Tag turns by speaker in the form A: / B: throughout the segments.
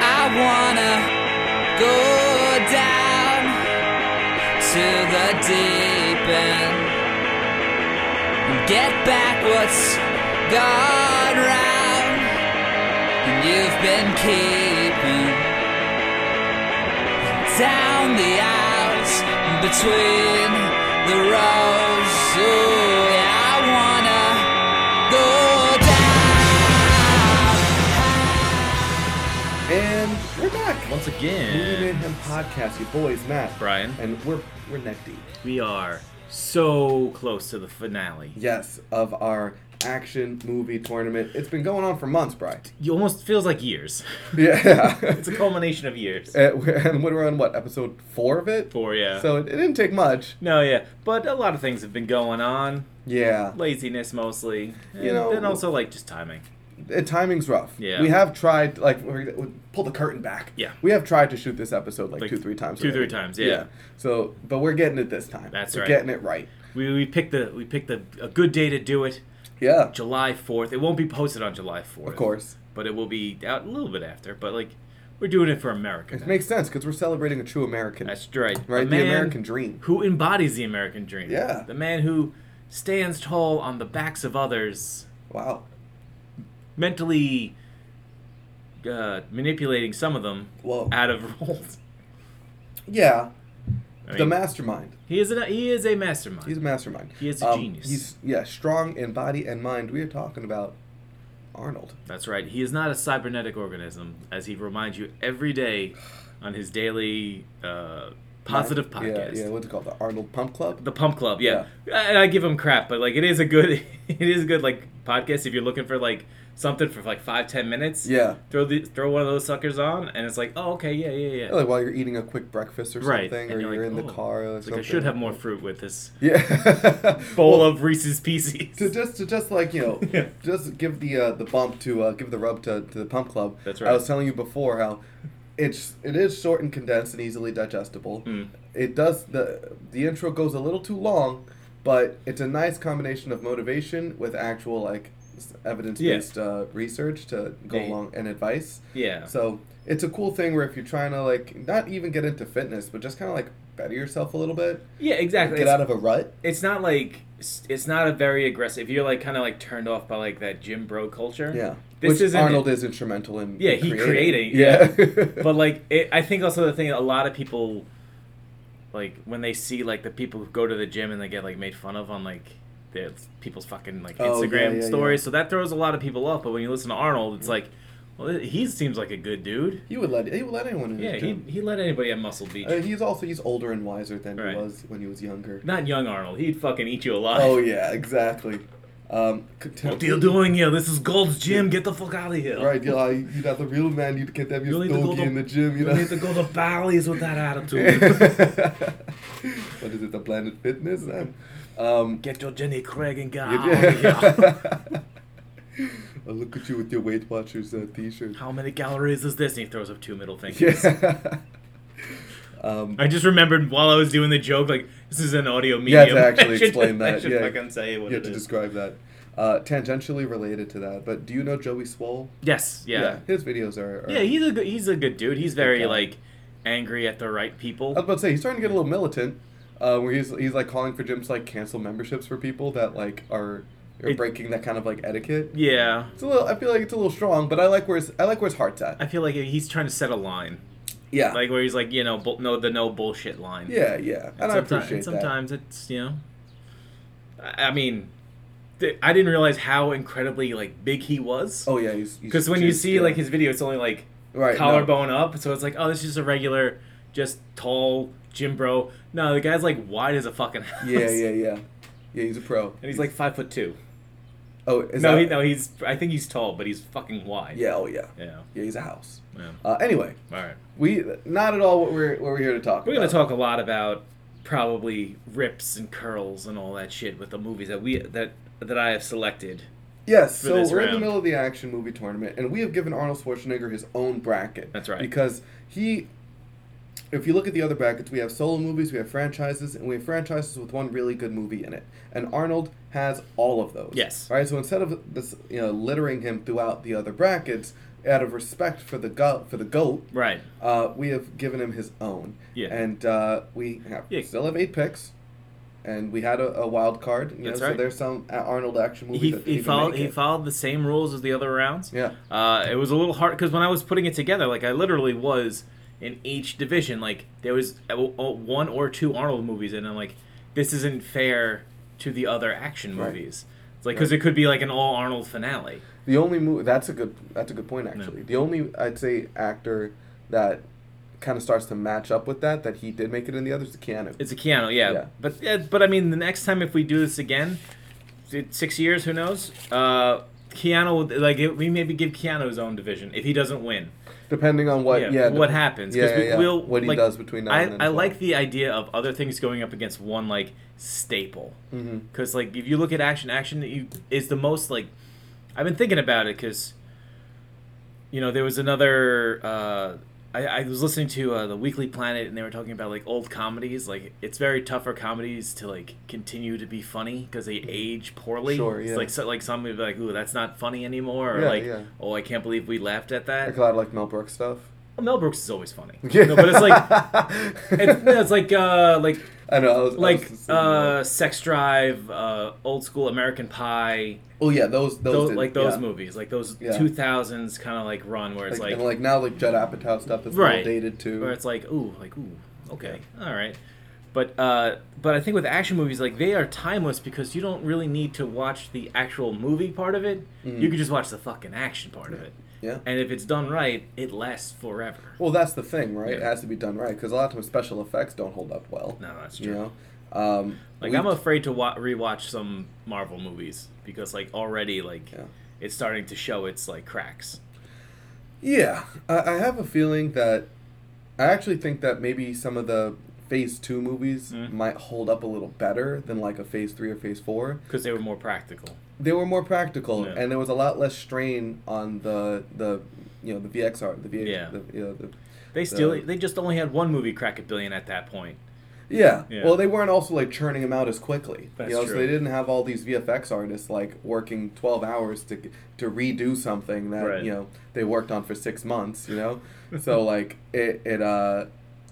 A: wanna go down to the deep end and get back what's gone round and you've been keeping down the aisles and between the rows. Ooh, yeah, I wanna go down.
B: And we're back.
C: Once
B: Movie Made
C: again,
B: Him podcast. Your boys, Matt,
C: Brian.
B: and we're we're neck deep.
C: we are so close to the finale.
B: Yes, of our action movie tournament. It's been going on for months, Brian.
C: It almost feels like years.
B: Yeah.
C: It's a culmination of years.
B: and we're and we're on what episode four of it?
C: Four, yeah.
B: So it, it didn't take much.
C: No, yeah, but a lot of things have been going on.
B: Yeah.
C: Laziness mostly, and
B: You know-
C: then also like just timing.
B: Uh, timing's rough.
C: Yeah.
B: We have tried, like, we're, we pull the curtain back.
C: Yeah.
B: We have tried to shoot this episode like,
C: Like,
B: two, three times.
C: two,
B: already.
C: three times, yeah.
B: So, but we're getting it this time.
C: That's
B: we're
C: right.
B: Getting it right.
C: We we picked the we picked the a good day to do it.
B: Yeah.
C: July fourth. It won't be posted on July fourth,
B: Of course.
C: but it will be out a little bit after. But like, we're doing it for America.
B: It
C: now.
B: makes sense because we're celebrating a true American.
C: That's right. A
B: right? The
C: man
B: American dream.
C: Who embodies the American dream?
B: Yeah.
C: The man who stands tall on the backs of others,
B: Wow.
C: mentally uh, manipulating some of them
B: Whoa.
C: out of roles.
B: Yeah.
C: I
B: the
C: mean,
B: mastermind.
C: He is a he is a mastermind.
B: He's a mastermind. Um,
C: He is a genius.
B: He's yeah, strong in body and mind. We are talking about Arnold.
C: That's right. He is not a cybernetic organism, as he reminds you every day on his daily uh, positive
B: Mind-
C: podcast.
B: Yeah, yeah. What's it called? The Arnold Pump Club.
C: The Pump Club, yeah. And I, I give him crap, but like it is a good, it is a good like podcast if you're looking for like something for like five ten minutes.
B: yeah.
C: Throw the throw one of those suckers on, and it's like, oh okay, yeah, yeah, yeah.
B: Like while you're eating a quick breakfast or
C: Right.
B: something,
C: and
B: or you're,
C: like,
B: in the
C: oh,
B: car. Or
C: it's
B: something.
C: like I should have more fruit with this
B: Yeah.
C: bowl
B: Well,
C: of Reese's Pieces.
B: To just to just like you know,
C: Yeah.
B: just give the uh, the bump to uh, give the rub to, to the pump club.
C: That's
B: I
C: right.
B: was telling you before how it's it is short and condensed and easily digestible.
C: Mm.
B: It does the the intro goes a little too long, but it's a nice combination of motivation with actual like evidence based uh, research to go
C: Yeah.
B: along and advice.
C: Yeah.
B: So it's a cool thing where if you're trying to like not even get into fitness, but just kind of like better yourself a little bit,
C: yeah, exactly.
B: get
C: It's-
B: out of a rut.
C: it's not like it's not a very aggressive. You're like kind of like turned off by like that gym bro culture.
B: Yeah.
C: This
B: Which
C: isn't
B: Arnold is instrumental in.
C: Yeah,
B: in
C: he creating,
B: Yeah.
C: But like, it, I think also the thing a lot of people, like when they see like the people who go to the gym and they get like made fun of on like their people's fucking like
B: Oh, yeah,
C: Instagram
B: yeah, yeah.
C: stories, so that throws a lot of people off. But when you listen to Arnold, it's like, well, he seems like a good dude.
B: he would let he would let anyone in.
C: Yeah,
B: his
C: he,
B: gym.
C: he let anybody at Muscle Beach.
B: Uh, he's also he's older and wiser than
C: Right.
B: he was when he was younger.
C: Not young Arnold. He'd fucking eat you alive.
B: Oh yeah, exactly. Um, could tell-
C: What are you doing here? This is Gold's Gym. Get the fuck out of here.
B: Right, you know, you know, the real man, you can't have
C: You
B: your
C: need to go
B: stogie
C: to-
B: in the gym, you
C: You
B: know.
C: need to go to Bally's with that attitude.
B: what is it, the Planet Fitness? Um, Um,
C: Get your Jenny Craig and get out of here.
B: yeah. Oh, look at you with your Weight Watchers uh, t-shirt.
C: How many calories is this? And he throws up two middle fingers.
B: Yeah. um,
C: I just remembered while I was doing the joke, like this is an audio
B: You had
C: medium.
B: to actually
C: I should-
B: explain
C: I
B: that.
C: should
B: yeah,
C: fucking say what
B: you
C: it
B: have to
C: is.
B: describe that. Uh, tangentially related to that, but do you know Joey Swole?
C: Yes. Yeah.
B: his videos are. are
C: Yeah. He's a good, he's a good dude. He's very
B: guy.
C: like angry at the right
B: I was
C: people.
B: about to say he's starting to get a little militant, uh, where he's he's like calling for gyms to, like cancel memberships for people that like are are
C: It-
B: breaking that kind of like etiquette.
C: Yeah.
B: It's a little. I feel like it's a little strong, but I like where his, I like where his heart's at.
C: I feel like he's trying to set a line,
B: Yeah.
C: like where he's like, you know, bu- no, the no bullshit line.
B: yeah, yeah, and, I
C: someti-
B: appreciate
C: and sometimes it's you know, I I mean, th- I didn't realize how incredibly like big he was.
B: that. Oh yeah, he's he's
C: because when you
B: juiced,
C: see
B: yeah.
C: like his video, it's only like
B: right, no.
C: collarbone up, so it's like oh, this is just a regular, just tall gym bro. No, the guy's like wide as a fucking house.
B: Yeah, yeah, yeah, yeah. He's a pro.
C: And he's like five foot two.
B: oh, is
C: no,
B: that,
C: he, no, he's I think he's tall, but he's fucking wide.
B: Yeah, oh yeah,
C: Yeah.
B: yeah. He's a house.
C: Yeah.
B: Uh, anyway,
C: All right.
B: We not at all what we're what we're here to talk.
C: We're
B: about.
C: gonna talk a lot about probably rips and curls and all that shit with the movies that we that that I have selected.
B: Yes,
C: for
B: so
C: this
B: we're in the
C: round.
B: middle of the action movie tournament, and we have given Arnold Schwarzenegger his own bracket.
C: That's right.
B: Because he, if you look at the other brackets, we have solo movies, we have franchises, and we have franchises with one really good movie in it. And Arnold has all of those.
C: Yes.
B: All right. So instead of this, you know, littering him throughout the other brackets, out of respect for the go- for the goat,
C: Right.
B: uh, we have given him his own.
C: Yeah.
B: And uh, we have,
C: Yeah.
B: still have eight picks, and we had a, a wild card. You
C: That's
B: know, So
C: right.
B: there's some A- Arnold action movies
C: He,
B: that
C: he
B: even
C: followed
B: make
C: he
B: it.
C: followed the same rules as the other rounds.
B: Yeah.
C: Uh, it was a little hard because when I was putting it together, like I literally was in each division. Like there was a- a- one or two Arnold movies, and I'm like, this isn't fair to the other action
B: Right.
C: movies. It's like because
B: Right.
C: it could be like an all Arnold finale.
B: The only movie that's a good that's a good point actually. The only I'd say actor that kind of starts to match up with that that he did make it in the others is Keanu.
C: It's a Keanu, yeah.
B: Yeah.
C: But yeah, but I mean, the next time if we do this again, it- six years, who knows? Uh, Keanu, would- like it, we maybe give Keanu his own division if he doesn't win.
B: depending on what
C: yeah,
B: yeah,
C: what
B: dep-
C: happens?
B: Yeah,
C: 'cause
B: yeah,
C: we,
B: yeah.
C: We'll,
B: what he
C: like,
B: does between now
C: I,
B: and then.
C: I like the idea of other things going up against one like staple.
B: hmm
C: Because like if you look at action, action you, is the most like I've been thinking about it because you know there was another uh, I, I was listening to uh, the Weekly Planet and they were talking about like old comedies like it's very tough for comedies to like continue to be funny because they age poorly.
B: Mm-hmm. Sure,
C: It's
B: yeah.
C: like so, like some would be like ooh that's not funny anymore or
B: Yeah,
C: like
B: yeah.
C: oh I can't believe we laughed at that.
B: Like a lot of like Mel Brooks stuff.
C: Well, Mel Brooks is always funny. No, but it's like it's, it's like uh like
B: I know. I was, I was
C: like
B: just thinking
C: uh
B: that.
C: sex drive uh old school american pie
B: oh yeah, those those,
C: those,
B: did-
C: like those
B: yeah.
C: movies like those
B: Yeah.
C: 2000s kind of like run where it's
B: Like,
C: like,
B: and like now like Judd Apatow stuff is
C: Right.
B: all dated too.
C: where it's like ooh like ooh okay all right but uh but i think with action movies like they are timeless because you don't really need to watch the actual movie part of it you can just watch the fucking action part of it
B: Mm-hmm. yeah.
C: and if it's done right it lasts forever
B: Well, that's the thing, right? It
C: Yeah.
B: has to be done right because a lot of times special effects don't hold up well.
C: no that's true
B: you know, um,
C: Like
B: we-
C: I'm afraid to wa- rewatch some Marvel movies because like already like
B: Yeah.
C: it's starting to show its like cracks.
B: Yeah, I, I have a feeling that I actually think that maybe some of the Phase Two movies
C: Mm.
B: might hold up a little better than like a Phase Three or Phase Four.
C: because they were more practical.
B: They were more practical,
C: Yeah.
B: and there was a lot less strain on the the you know the VXR, the VX,
C: Yeah.
B: the, you know, the
C: They still
B: The-
C: they just only had one movie crack a billion at that point.
B: Yeah.
C: Yeah.
B: Well, they weren't also like churning them out as quickly.
C: That's
B: you know,
C: true.
B: So they didn't have all these VFX artists like working twelve hours to to redo something that
C: Right.
B: you know they worked on for six months. You know, so like it it uh,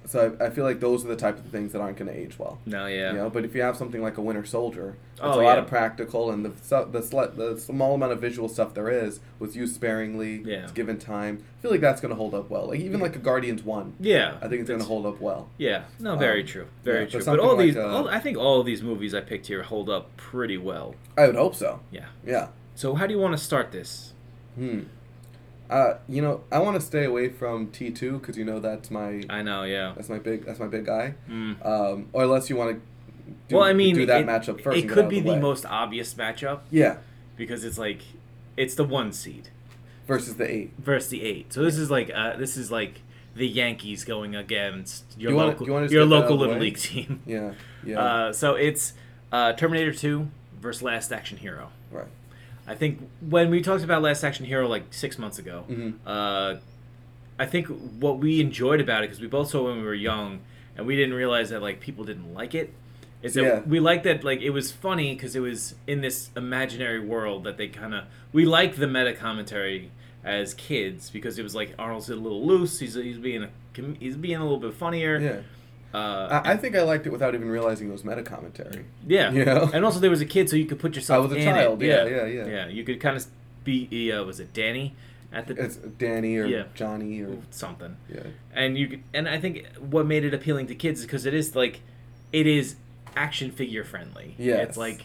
B: so I, I feel like those are the type of things that aren't going to age well.
C: No, yeah.
B: You know, but if you have something like a Winter Soldier, it's a
C: Oh,
B: lot
C: yeah.
B: of practical and the su- the, sl- the small amount of visual stuff there is was used sparingly.
C: Yeah.
B: It's given time. I feel like that's going to hold up well. Like even like a Guardians one,
C: Yeah.
B: I think it's going to
C: that's-
B: hold up well.
C: Yeah. No, very
B: Um,
C: true. Very
B: yeah, but
C: true. But
B: something
C: all
B: like,
C: these
B: uh,
C: all, I think all of these movies I picked here hold up pretty well.
B: I would hope so.
C: Yeah.
B: Yeah.
C: So how do you want to start this?
B: Hmm. Uh, you know, I want to stay away from T two because you know that's my
C: I know, yeah.
B: that's my big that's my big guy.
C: Mm.
B: Um, or unless you want to. Do,
C: well, I mean,
B: do that
C: it,
B: matchup first.
C: It
B: and get out
C: could
B: of
C: be
B: the,
C: the
B: way.
C: most obvious matchup
B: Yeah,
C: because it's like it's the one seed.
B: versus the eight.
C: versus the eight. So this is like uh, this is like the Yankees going against your
B: You wanna-
C: local
B: you wanna just
C: your
B: get that out
C: local
B: of the
C: little
B: way?
C: league team.
B: Yeah, yeah,
C: Uh, so it's uh, Terminator Two versus Last Action Hero.
B: right.
C: I think when we talked about Last Action Hero like six months ago,
B: Mhm.
C: uh, I think what we enjoyed about it because we both saw it when we were young and we didn't realize that like people didn't like it. Is that
B: Yeah.
C: we liked that like it was funny because it was in this imaginary world that they kind of we liked the meta commentary as kids because it was like Arnold's a little loose. He's he's being a com- he's being a little bit funnier.
B: Yeah,
C: Uh,
B: I, I think I liked it without even realizing it was meta commentary.
C: yeah.
B: Yeah.
C: And also, there was a kid, so you could put yourself.
B: I was a
C: in
B: child,
C: It.
B: yeah,
C: yeah,
B: yeah, yeah.
C: You could kind of be. Uh, was it Danny? At the
B: It's Danny or
C: Yeah.
B: Johnny or
C: something,
B: yeah,
C: and you could, and I think what made it appealing to kids is because it is like, it is action figure friendly. It's
B: Yes.
C: like,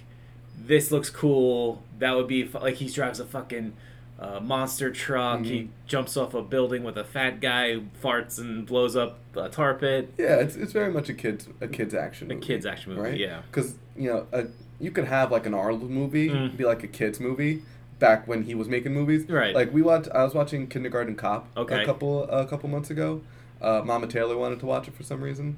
C: this looks cool. That would be fu- like he drives a fucking. Uh, monster truck.
B: Mm-hmm.
C: He jumps off a building with a fat guy, who farts and blows up a tar pit.
B: yeah. It's it's very much a kids a kids action
C: A
B: movie,
C: kids action movie,
B: right?
C: yeah.
B: because you know a, you could have like an Arnold movie
C: Mm.
B: be like a kids movie back when he was making movies.
C: Right.
B: Like we watched. I was watching Kindergarten Cop
C: Okay.
B: a couple a couple months ago. Uh, Mama Taylor wanted to watch it for some reason.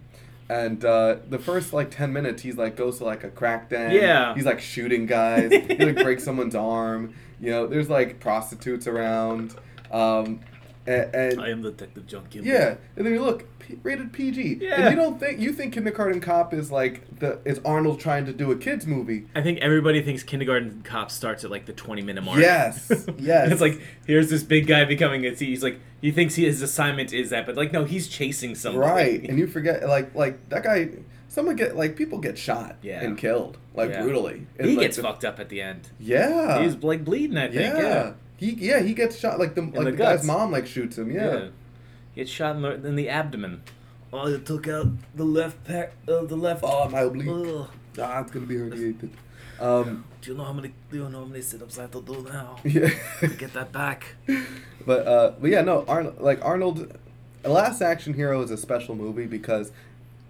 B: And uh, the first like ten minutes, he's like goes to like a crack den.
C: Yeah.
B: He's like shooting guys. he like breaks someone's arm. You know, there's like prostitutes around. Um, And, and
C: I am Detective John Kim.
B: yeah, and then you look P- rated PG.
C: Yeah.
B: And you don't think you think Kindergarten Cop is like the is Arnold trying to do a kids movie?
C: I think everybody thinks Kindergarten Cop starts at like the 20 minute mark.
B: Yes, yes.
C: it's like, here's this big guy becoming a T. He's like, he thinks he, his assignment is that, but like, no, he's chasing somebody.
B: Right, and you forget like like that guy. Someone get like people get shot
C: Yeah.
B: and killed like
C: Yeah.
B: brutally. And,
C: he
B: like,
C: gets
B: the-
C: fucked up at the end.
B: Yeah,
C: he's like bleeding, I think. Yeah.
B: yeah. He yeah he gets shot like the like
C: the
B: the, guy's
C: guts.
B: mom like shoots him. Yeah.
C: He gets shot in the, in the abdomen. Oh, it took out the left pack of the left.
B: Oh my oblique.
C: Ugh.
B: Ah, it's gonna be herniated. Um,
C: Do you know how many? Do you know how many sit-ups I have to do now
B: yeah.
C: to get that back?
B: but uh, but yeah, no, Arnold like Arnold, Last Action Hero is a special movie because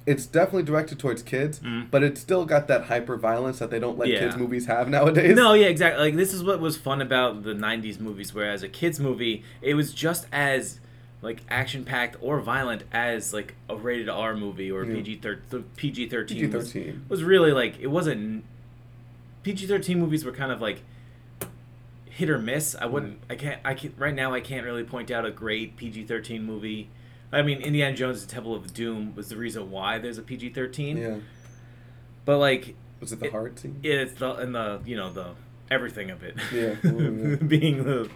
B: it's definitely directed towards kids,
C: Mm.
B: but it's still got that hyper violence that they don't let
C: Yeah.
B: kids movies have nowadays.
C: No, yeah, exactly. Like this is what was fun about the '90s movies, whereas a kids movie, it was just as like action-packed or violent as like a rated R movie or
B: Yeah.
C: PG thirteen. PG thirteen was,
B: PG-13.
C: was really like it wasn't. PG thirteen movies were kind of like hit or miss. I wouldn't.
B: Mm-hmm.
C: I can't. I can Right now, I can't really point out a great PG thirteen movie. I mean, Indiana Jones: and The Temple of Doom was the reason why there's a PG thirteen.
B: Yeah.
C: But like,
B: Was it the
C: It-
B: heart scene?
C: yeah, it's the and the you know the everything of it.
B: Yeah. Ooh, yeah.
C: being the,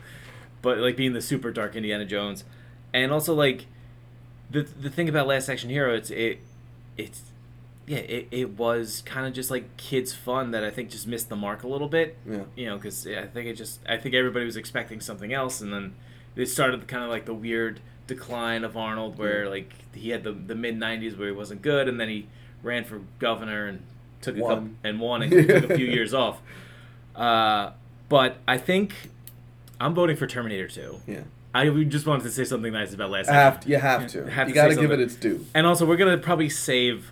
C: but like being the super dark Indiana Jones, and also like, the the thing about Last Action Hero, it's it, it's, yeah, it, it was kind of just like kids fun that I think just missed the mark a little bit.
B: Yeah.
C: You know, because I think it just I think everybody was expecting something else, and then they started kind of like the weird decline of Arnold, where like he had the the mid '90s where he wasn't good, and then he ran for governor and took a
B: Won.
C: couple, and won and took a few years off. Uh, but I think I'm voting for Terminator 2.
B: Yeah.
C: I we just wanted to say something nice about last
B: Have
C: night.
B: to, you have to.
C: Have
B: you
C: to say
B: got to give
C: something.
B: it its due.
C: And also, we're gonna probably save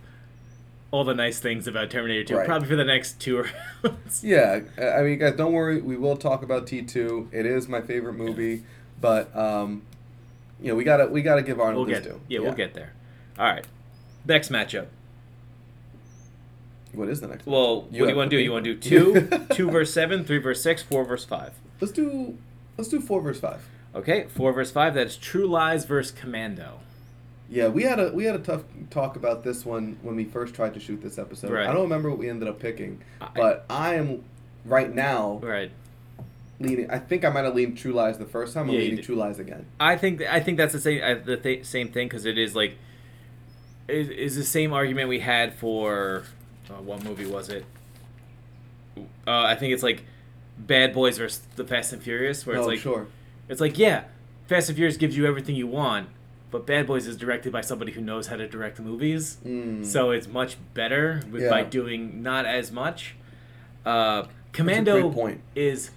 C: all the nice things about Terminator 2
B: Right.
C: probably for the next two rounds.
B: Yeah, I I mean, guys, don't worry. We will talk about T two. It is my favorite movie, but um, you know, we gotta we gotta give
C: We'll
B: Arnold his
C: get
B: due.
C: yeah, we'll get there. All right, next matchup.
B: What is the next? one?
C: Well,
B: You
C: what do
B: have
C: you want
B: the
C: to do? You want to do
B: paper.
C: two, two verse seven, three verse six, four verse five.
B: Let's do let's do four verse five.
C: Okay, four verse five. That is True Lies versus Commando.
B: Yeah, we had a we had a tough talk about this one when we first tried to shoot this episode.
C: Right.
B: I don't remember what we ended up picking,
C: I-
B: but I am right now
C: Right.
B: leaning. I think I might have leaned True Lies the first time. I'm
C: Yeah, you
B: leaning
C: did.
B: True Lies again.
C: I think I think that's the same uh, the th- same thing because it is like is is the same argument we had for uh, what movie was it? Uh, I think it's like Bad Boys versus the Fast and Furious, where it's
B: oh,
C: like
B: sure.
C: it's like yeah, Fast and Furious gives you everything you want, but Bad Boys is directed by somebody who knows how to direct movies,
B: Mm.
C: so it's much better with, by
B: Yeah.
C: doing not as much. Uh,
B: great
C: Commando
B: point.
C: is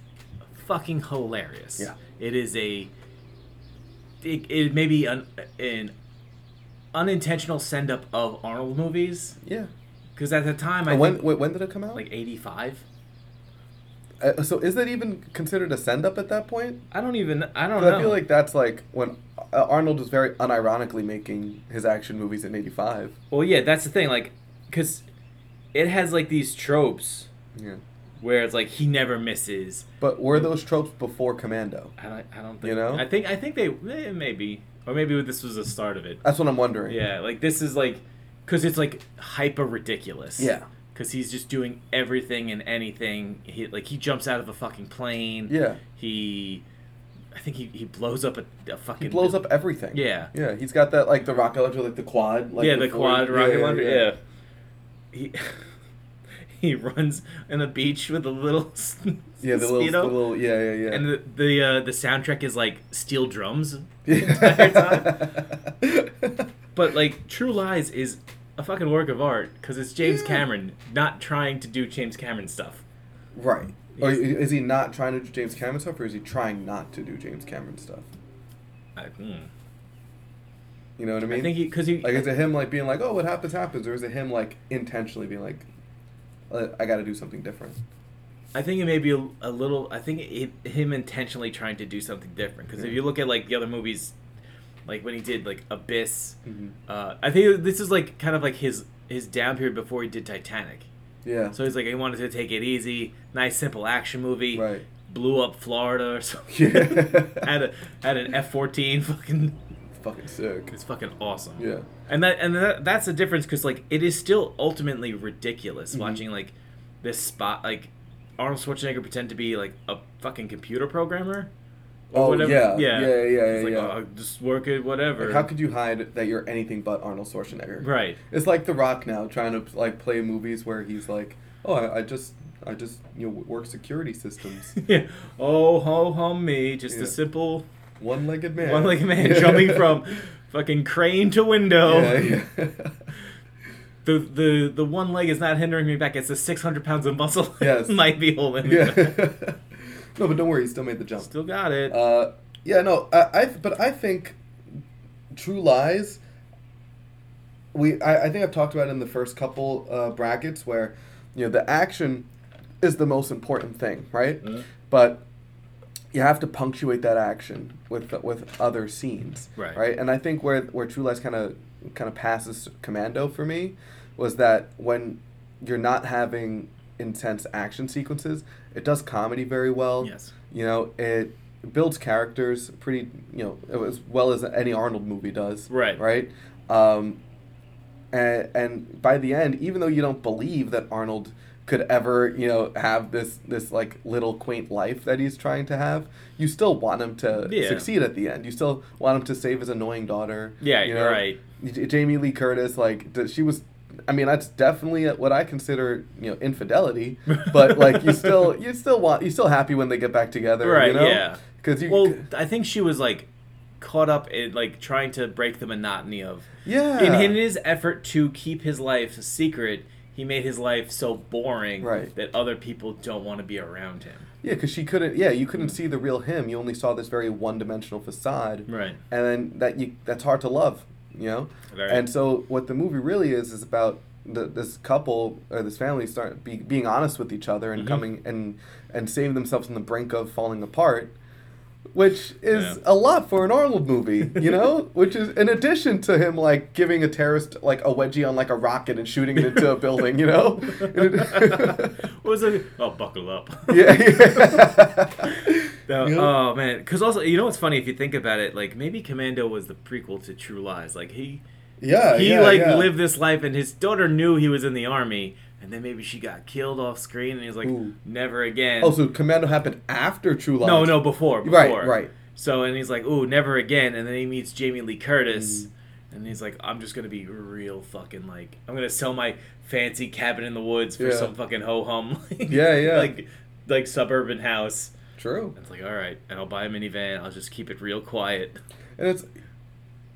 C: fucking hilarious.
B: Yeah.
C: It is a it, it may be an, an unintentional send up of Arnold movies
B: Yeah.
C: because at the time I
B: And when
C: think,
B: wait, when did it come out?
C: like 85
B: Uh, so is that even considered a send up at that point?
C: I don't even I don't
B: 'Cause
C: know
B: I feel like that's like when uh, Arnold was very unironically making his action movies in '85.
C: well yeah that's the thing like because it has like these tropes
B: Yeah.
C: where it's like he never misses
B: But were
C: Hmm.
B: those tropes before Commando?
C: I don't I don't think
B: You know?
C: I think I think they eh, maybe or maybe this was the start of it
B: That's what I'm wondering.
C: Yeah, like this is like, cause it's like hyper ridiculous.
B: Yeah.
C: Cause he's just doing everything and anything. He like he jumps out of a fucking plane.
B: Yeah.
C: He, I think he, he blows up a, a fucking.
B: He blows up everything.
C: Yeah.
B: Yeah. He's got that like the rocket launcher, like the quad. Like
C: yeah, the
B: before-
C: quad rocket launcher. Yeah,
B: yeah.
C: He. He runs on the beach with a little s-
B: Yeah, the
C: Speedo,
B: little, the little, yeah, yeah, yeah.
C: and the the, uh, the soundtrack is like steel drums. But like True Lies is a fucking work of art because it's James
B: Yeah.
C: Cameron not trying to do James Cameron stuff.
B: right. Or
C: He's-
B: is he not trying to do James Cameron stuff, or is he trying not to do James Cameron stuff?
C: I, hmm.
B: You know what I mean?
C: I think he because he
B: Like, is it him like being like, "Oh, what happens happens," or is it him like intentionally being like, "Uh, "I got to do something different"?
C: I think it may be a, a little. I think it, him intentionally trying to do something different because if
B: Yeah.
C: you look at like the other movies, like when he did like Abyss,
B: Mhm.
C: uh, I think this is like kind of like his his down period before he did Titanic.
B: Yeah.
C: So he's like he wanted to take it easy, nice simple action movie.
B: right.
C: blew up Florida or something.
B: Yeah.
C: had a had an F fourteen fucking.
B: Fucking sick.
C: It's fucking awesome.
B: Yeah.
C: And that and that, that's the difference because like it is still ultimately ridiculous
B: Mm-hmm.
C: watching like this spot like Arnold Schwarzenegger pretend to be like a fucking computer programmer.
B: Oh yeah. Yeah.
C: Yeah.
B: Yeah. Yeah.
C: It's like
B: yeah.
C: oh, just work it, whatever.
B: Like, how could you hide that you're anything but Arnold Schwarzenegger?
C: right.
B: It's like The Rock now trying to like play movies where he's like, oh, I, I just, I just, you know, work security systems.
C: Yeah. Oh ho hum me, just
B: Yeah.
C: a simple
B: One-legged man.
C: one legged man jumping from fucking crane to window.
B: Yeah, yeah.
C: The the the one leg is not hindering me back. It's the six hundred pounds of muscle
B: Yes.
C: that might be holding me. back.
B: yeah. no, but don't worry, he still made the jump.
C: Still got it.
B: Uh, yeah, no, I, I, but I think True Lies. We, I, I think I've talked about it in the first couple uh, brackets where, you know, the action is the most important thing, right?
C: Mm-hmm.
B: But you have to punctuate that action with with other scenes,
C: Right.
B: Right, and I think where where True Lies kind of kind of passes Commando for me was that when you're not having intense action sequences, it does comedy very well.
C: Yes.
B: You know, it builds characters pretty, you know, as well as any Arnold movie does.
C: Right.
B: Right. Um, and, and by the end, even though you don't believe that Arnold could ever, you know, have this this like little quaint life that he's trying to have, you still want him to
C: Yeah.
B: succeed at the end. You still want him to save his annoying daughter.
C: Yeah,
B: you
C: you're right.
B: J- Jamie Lee Curtis, like d- she was. I mean, that's definitely what I consider, you know, infidelity. But like, you still, you still want, you still happy when they get back together,
C: Right,
B: You know?
C: yeah.
B: Because you,
C: well, I think she was like caught up in like trying to break the monotony of
B: yeah,
C: in, in his effort to keep his life secret. He made his life so boring
B: Right.
C: that other people don't want to be around him.
B: Yeah, because she couldn't. Yeah, you couldn't see the real him. You only saw this very one-dimensional facade.
C: Right.
B: And then that you that's hard to love, you know.
C: Right.
B: And so what the movie really is is about the, this couple or this family start be, being honest with each other and
C: Mm-hmm.
B: coming and and saving themselves on the brink of falling apart, which is
C: Yeah.
B: a lot for an Arnold movie, you know. which is in addition to him like giving a terrorist like a wedgie on like a rocket and shooting it into a building, you know.
C: What was it? Oh, buckle up.
B: yeah. yeah.
C: No,
B: Yeah.
C: Oh man, because also you know what's funny if you think about it, like maybe Commando was the prequel to True Lies. Like he
B: Yeah,
C: he
B: Uh, yeah,
C: like
B: yeah.
C: lived this life, and his daughter knew he was in the army, and then maybe she got killed off screen, and he was like,
B: Ooh.
C: never again.
B: Oh, so Commando happened after True Lies.
C: no, no, before, before,
B: Right, right.
C: So and he's like, ooh, never again, and then he meets Jamie Lee
B: Mm.
C: Curtis. And he's like, I'm just gonna be real fucking like, I'm gonna sell my fancy cabin in the woods for
B: Yeah.
C: some fucking ho hum, like,
B: Yeah, yeah.
C: like, like suburban house.
B: True.
C: It's like, all right, and I'll buy a minivan. I'll just keep it real quiet,
B: And it's,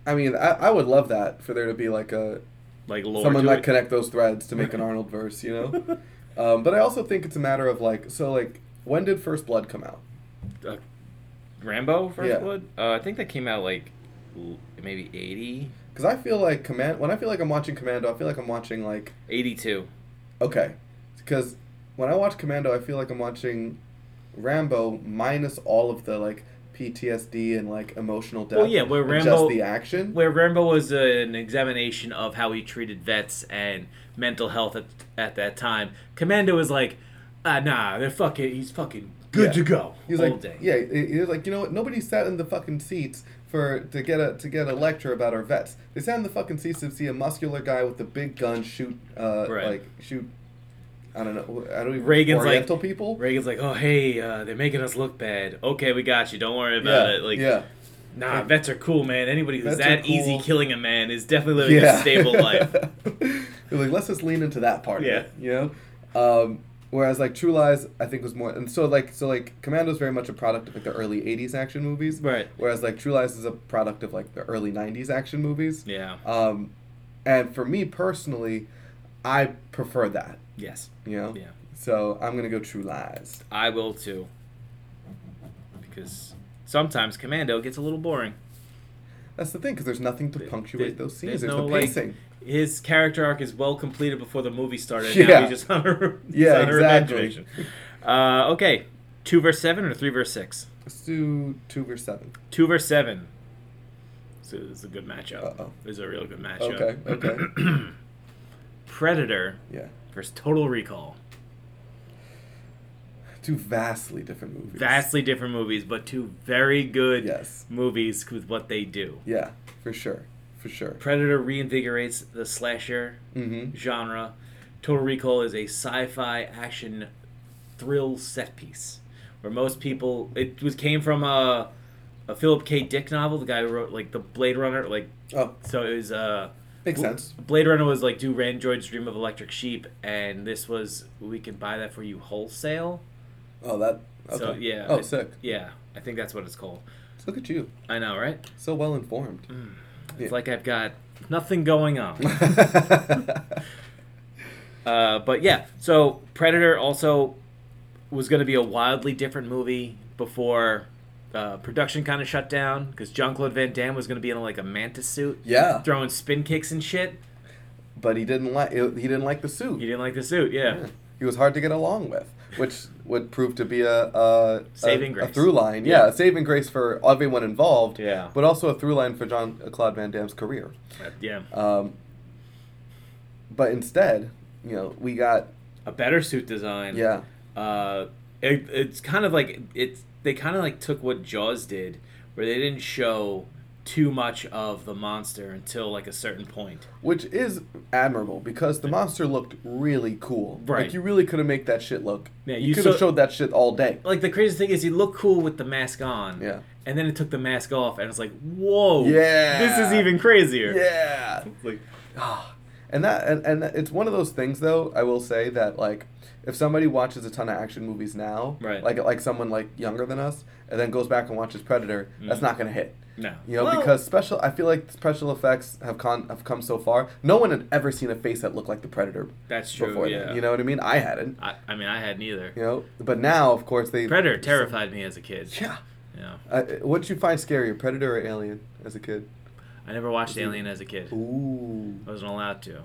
B: I mean, I, I would love that for there to be like a
C: like lore
B: someone
C: to
B: like
C: it.
B: connect those threads to make an Arnold verse, you know. um, but I also think it's a matter of like, so like, when did First Blood come out?
C: uh, Rambo First
B: Yeah.
C: Blood. Uh, I think that came out like l- maybe 80,
B: Because I feel like Command. When I feel like I'm watching Commando, I feel like I'm watching like
C: 82.
B: okay, because when I watch Commando, I feel like I'm watching Rambo minus all of the like PTSD and like emotional depth.
C: Well, yeah, where
B: and just
C: Rambo-
B: the action.
C: Where Rambo was uh, an examination of how he treated vets and mental health at, at that time. Commando was like, ah, nah, they're fucking. He's fucking good
B: Yeah.
C: to go.
B: He's
C: all
B: like,
C: day.
B: yeah, he he was like, you know what? Nobody sat in the fucking seats for to get a to get a lecture about our vets. They sat in the fucking seats to see a muscular guy with a big gun shoot, uh,
C: Right.
B: like shoot. I don't know. I don't even.
C: Reagan's like-
B: Oriental people.
C: Reagan's like, oh hey, uh, they're making us look bad. Okay, we got you. Don't worry
B: yeah,
C: about it. Like,
B: yeah,
C: nah, vets are cool, man. Anybody who's
B: Vets are
C: that easy
B: cool.
C: killing a man is definitely living
B: yeah.
C: a stable life.
B: They're like, let's just lean into that part.
C: Yeah.
B: of it, you know. Um, whereas like True Lies, I think was more, and so like so like Commando's very much a product of like the early '80s action movies.
C: Right.
B: Whereas like True Lies is a product of like the early '90s action movies.
C: Yeah.
B: Um, and for me personally, I prefer that.
C: yes.
B: You know.
C: Yeah.
B: So I'm gonna go True Lies.
C: I will too. Because sometimes Commando gets a little boring.
B: That's the thing, because there's nothing to punctuate
C: There-
B: those scenes. There's,
C: no,
B: the
C: like,
B: pacing.
C: his character arc is well completed before the movie started. Now
B: Yeah.
C: he's just on a, he's
B: Yeah,
C: on a
B: exactly.
C: revenge mission. Uh, okay, two verse seven or three verse six?
B: Let's do two verse seven.
C: Two verse seven. So this is a good matchup.
B: Uh-oh.
C: This is a real good matchup.
B: Okay. Okay.
C: Predator
B: yeah.
C: versus Total Recall.
B: two vastly different movies.
C: Vastly different movies, but two very good
B: Yes.
C: movies with what they do.
B: Yeah, for sure, for sure.
C: Predator reinvigorates the slasher
B: Mm-hmm.
C: genre. Total Recall is a sci-fi action thrill set piece where most people it was came from a a Philip K. Dick novel. The guy who wrote like the Blade Runner, like
B: Oh,
C: so it was uh
B: makes
C: w-
B: sense.
C: Blade Runner was like do Randroids dream of electric sheep, and this was we can buy that for you wholesale.
B: Oh, that. Okay.
C: So yeah,
B: Oh,
C: it-
B: sick.
C: Yeah, I think that's what it's called.
B: Look at you,
C: I know, right?
B: so well informed.
C: Mm. It's
B: Yeah.
C: like I've got nothing going on. Uh, but yeah, so Predator also was going to be a wildly different movie before uh, production kind of shut down because Jean Claude Van Damme was going to be in like a mantis suit,
B: yeah,
C: throwing spin kicks and shit.
B: but he didn't like he didn't like the
C: He
B: suit.
C: didn't like the suit, yeah.
B: He was hard to get along with, which would prove to be a, a
C: Saving
B: a, a
C: grace.
B: through line. Yeah.
C: Yeah.
B: a saving grace for everyone involved.
C: Yeah.
B: but also a through line for John uh, Claude Van Damme's career.
C: Uh, yeah.
B: Um, but instead, you know, we got
C: A better suit design.
B: yeah,
C: Uh, it, it's kind of like it's they kind of like took what Jaws did, where they didn't show too much of the monster until like a certain point.
B: which is admirable because the monster looked really cool.
C: Right.
B: like you really could have made that shit look.
C: Yeah,
B: you,
C: you
B: could have
C: saw-
B: showed that shit all day.
C: like the crazy thing is he looked cool with the mask on.
B: Yeah.
C: And then it took the mask off and it's like, whoa.
B: Yeah.
C: This is even crazier.
B: Yeah.
C: Like
B: And that and, and it's one of those things though, I will say that like if somebody watches a ton of action movies now,
C: Right.
B: like like someone like younger than us and then goes back and watches Predator,
C: Mm.
B: that's not going to hit.
C: no.
B: You know,
C: Well,
B: because special I feel like special effects have con have come so far. No one had ever seen a face that looked like the Predator
C: that's true.
B: before
C: yeah.
B: then. You know what I mean? I hadn't.
C: I, I mean I had neither.
B: You know, but now of course they
C: Predator terrified me as a kid.
B: Yeah.
C: Yeah.
B: Uh, what did you find scarier, Predator or Alien as a kid?
C: I never watched Alien as a kid.
B: Ooh.
C: I wasn't allowed to.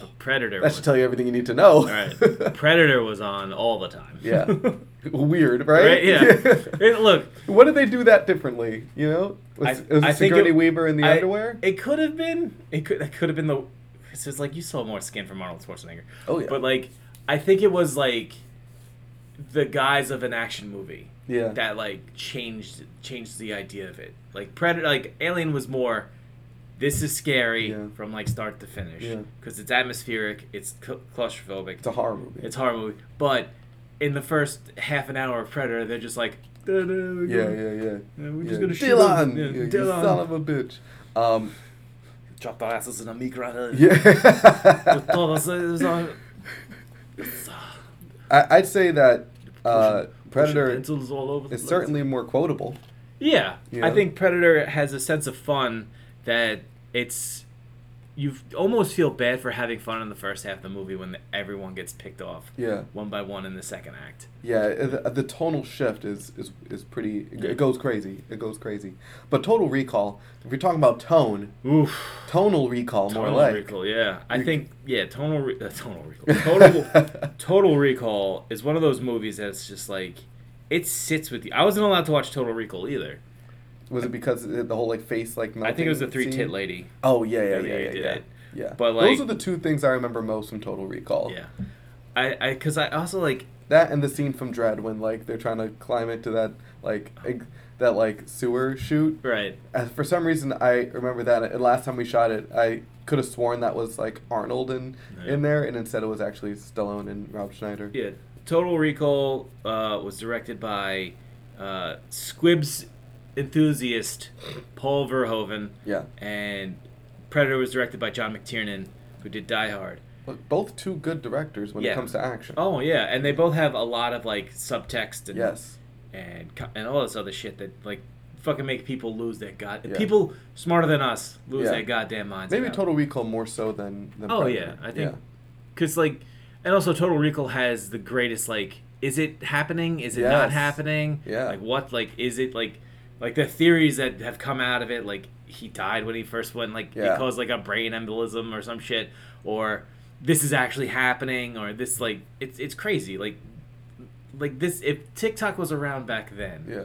C: But Predator
B: That
C: was
B: should tell you everything you need to know.
C: all right. Predator was on all the time.
B: yeah. Weird, right?
C: right? Yeah. It- look,
B: What did they do that differently? You know, was,
C: I-
B: was
C: I
B: it
C: think
B: Sigourney
C: it-
B: Weaver in the
C: I-
B: underwear?
C: It could have been. It could. That could have been the. It's just like you saw more skin from Arnold Schwarzenegger.
B: Oh, yeah.
C: But like, I think it was like the guise of an action movie
B: yeah,
C: that like changed changed the idea of it. Like Predator, like Alien was more. This is scary
B: Yeah.
C: from like start to finish
B: Yeah.
C: because it's atmospheric. It's cla- claustrophobic.
B: it's a horror movie.
C: It's a horror movie, but in the first half an hour of Predator, they're just like. "Da-da, we're
B: yeah,
C: gonna-
B: yeah, yeah.
C: yeah, We're
B: yeah.
C: just gonna shoot
B: Dylan,
C: them." Yeah,
B: you, you
C: Dylan.
B: son of a bitch. Um,
C: Drop their asses in a migra.
B: yeah,
C: Todos, it was on-
B: I, I'd say that uh,
C: Pushing- pushing
B: Predator
C: pencils all over the
B: is
C: place.
B: certainly more quotable.
C: Yeah,
B: Yeah.
C: I think Predator has a sense of fun that it's you almost feel bad for having fun in the first half of the movie when everyone gets picked off
B: Yeah,
C: one by one in the second act.
B: yeah. uh, The, the tonal shift is is is pretty. It goes crazy. It goes crazy. But Total Recall. If you're talking about tone,
C: Oof.
B: tonal recall, more
C: Total
B: like.
C: Recall, yeah. I
B: Rec-
C: think yeah, Total Re- uh, Total Recall. Total Total Recall is one of those movies that's just like it sits with you. I wasn't allowed to watch Total Recall either.
B: Was it because it- the whole like face like
C: I think it was the
B: melting
C: three tit
B: scene?
C: lady.
B: Oh yeah, yeah,
C: that
B: yeah,
C: they
B: yeah,
C: did
B: yeah.
C: it.
B: yeah.
C: But,
B: those
C: like-
B: are the two things I remember most from Total Recall.
C: Yeah, I I because I also like
B: That and the scene from Dread when like they're trying to climb into that like ex- that like sewer chute.
C: right.
B: Uh, for some reason, I remember that. And last time we shot it, I could have sworn that was like Arnold in
C: Yeah.
B: in there, and instead it was actually Stallone and Rob Schneider.
C: Yeah, Total Recall uh, was directed by uh, Squibs enthusiast Paul Verhoeven,
B: Yeah.
C: and Predator was directed by John McTiernan, who did Die Hard.
B: But both two good directors when it
C: Yeah.
B: comes to action.
C: Oh yeah, and they both have a lot of like subtext and
B: Yes.
C: and co- and all this other shit that like fucking make people lose their god.
B: Yeah.
C: People smarter than us lose
B: Yeah.
C: their goddamn minds.
B: Maybe
C: about it.
B: Total Recall more so than. than
C: Oh yeah,
B: Predator.
C: I think because like, and also Total Recall has the greatest like, is it happening? Is it
B: Yes.
C: not happening?
B: Yeah.
C: Like what? Like is it like, like the theories that have come out of it? Like he died when he first went. Like
B: Yeah.
C: it caused like a brain embolism or some shit. Or this is actually happening. Or this like it's it's crazy. Like like this if TikTok was around back then,
B: Yeah. yeah.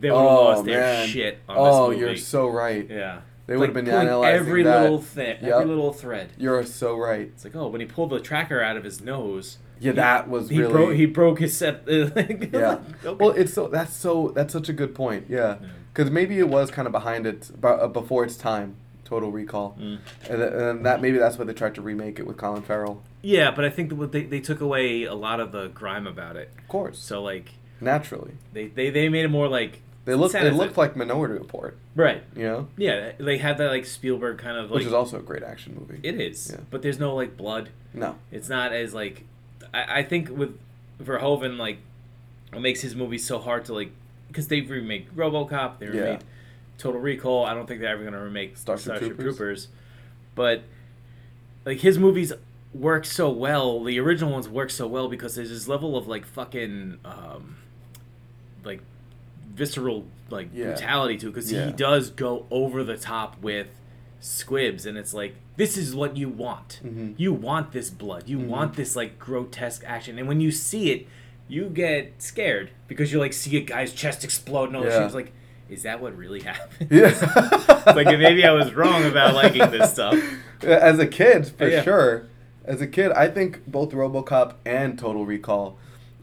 C: they would have lost their shit on
B: oh,
C: this movie.
B: you're so right.
C: yeah.
B: They would have
C: Like,
B: been
C: pulling
B: analyzing
C: every
B: that.
C: little thing,
B: Yep.
C: every little thread.
B: You're so right.
C: It's like, oh, when he pulled the tracker out of his nose,
B: Yeah, that was
C: he
B: really.
C: broke he broke his set. like,
B: yeah.
C: okay.
B: Well, it's so that's so that's such a good point. Yeah, because maybe it was kind of behind it, bu- uh, before its time. Total Recall,
C: Mm.
B: and, th- and that maybe that's why they tried to remake it with Colin Farrell.
C: yeah, but I think that what they they took away a lot of the grime about it.
B: Of course,
C: So like
B: naturally,
C: they they, they made it more like
B: they look they
C: sanitized.
B: looked like Minority Report.
C: right.
B: You know,
C: Yeah, they had that like Spielberg kind of like
B: which is also a great action movie.
C: it is,
B: Yeah.
C: but there's no like blood.
B: no,
C: It's not as like I, I think with Verhoeven like what makes his movies so hard to like because they remake RoboCop, they
B: Yeah.
C: remake Total Recall. I don't think they're ever gonna remake
B: Starship Troopers.
C: but like his movies work so well. The original ones work so well because there's this level of like fucking um, like visceral like
B: Yeah.
C: brutality to it because
B: Yeah.
C: he does go over the top with squibs and it's like this is what you want
B: Mm-hmm.
C: you want this blood you want this like grotesque action and when you see it you get scared because you like see a guy's chest explode and all this
B: Yeah.
C: shit it's like is that what really happened
B: yeah,
C: like maybe i was wrong about liking this stuff
B: As a kid, for
C: Yeah.
B: sure. As a kid, I think both RoboCop and Total Recall.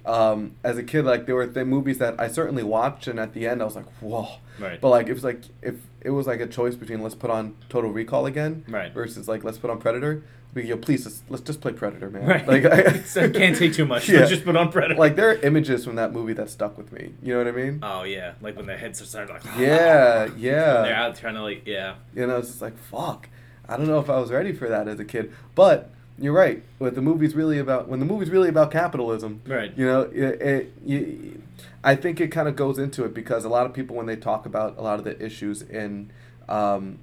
B: Um, as a kid, like there were th- movies that I certainly watched, and at the end, I was like, "Whoa!"
C: Right.
B: But like, it was like if it was like a choice between let's put on Total Recall again,
C: Right.
B: versus like let's put on Predator. We go, please, let's, let's just play Predator, man.
C: right
B: Like, I,
C: So it can't take too much
B: Yeah.
C: Let's just put on predator
B: like there are images from that movie that stuck with me. You know what I mean?
C: oh yeah like when their heads are starting like
B: yeah,
C: they're
B: yeah.
C: out trying to like yeah
B: And I was just like, fuck. I don't know if I was ready for that as a kid. But you're right. What the movie's really about, when the movie's really about capitalism,
C: Right.
B: You know, it, it you, I think it kind of goes into it because a lot of people, when they talk about a lot of the issues in um,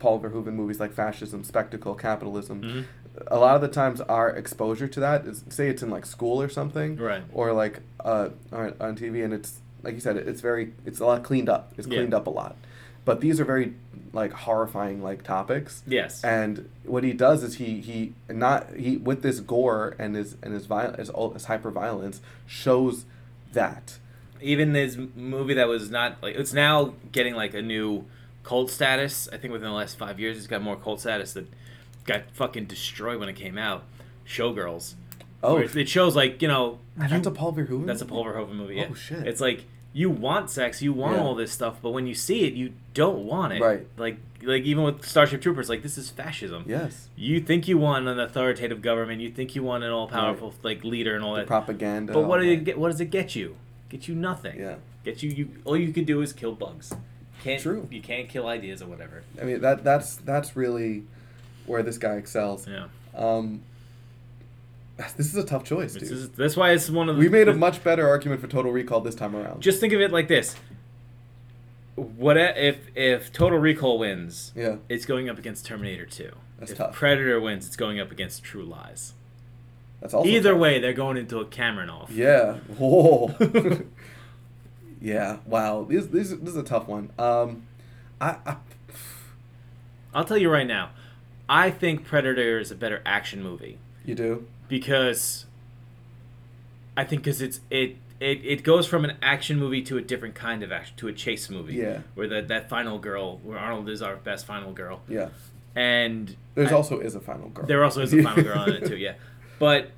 B: Paul Verhoeven movies like fascism, spectacle, capitalism,
C: Mm-hmm.
B: a lot of the times our exposure to that is, say, it's in like school or something,
C: Right.
B: Or like uh, on, on TV, and it's like you said, it's very, it's a lot cleaned up. It's
C: Yeah.
B: cleaned up a lot but these are very like horrifying like topics
C: yes
B: and what he does is he he not he with this gore and his and his violence his, ul- his hyper violence shows that
C: even this movie that was not like it's now getting like a new cult status. I think within the last five years, it's got more cult status that got fucking destroyed when it came out. Showgirls.
B: oh
C: Where it it shows like you know
B: that's a
C: you-
B: Paul Verhoeven
C: that's a Paul Verhoeven movie. Yeah.
B: Oh, shit.
C: It's like you want sex, you want
B: Yeah.
C: all this stuff, but when you see it, you don't want it.
B: Right.
C: Like like even with Starship Troopers, like this is fascism.
B: yes
C: You think you want an authoritative government, you think you want an all powerful like leader and all that.
B: propaganda
C: But what
B: all
C: do you
B: that.
C: get? What does it get you? Get you nothing.
B: Yeah.
C: Get you. You all you can do is kill bugs. Can't.
B: True.
C: You can't kill ideas or whatever.
B: I mean that that's that's really where this guy excels
C: Yeah.
B: um this is a tough choice dude
C: This is, that's why it's one of the.
B: we made a much better argument for Total Recall this time around
C: Just think of it like this. What i- if if Total Recall wins?
B: yeah
C: It's going up against Terminator Two.
B: That's
C: if
B: tough.
C: Predator wins, it's going up against True Lies.
B: that's also
C: Either
B: tough.
C: way, they're going into a Cameron off.
B: Yeah. Whoa. yeah. Wow. This, this this is a tough one. Um, I, I
C: I'll tell you right now, I think Predator is a better action movie.
B: you do.
C: because I think because it's it, it it goes from an action movie to a different kind of action to a chase movie.
B: Yeah.
C: where that that final girl, where Arnold is our best final girl,
B: Yeah.
C: and
B: There's
C: I-
B: also is a final girl.
C: there also is a final girl on it too. Yeah, but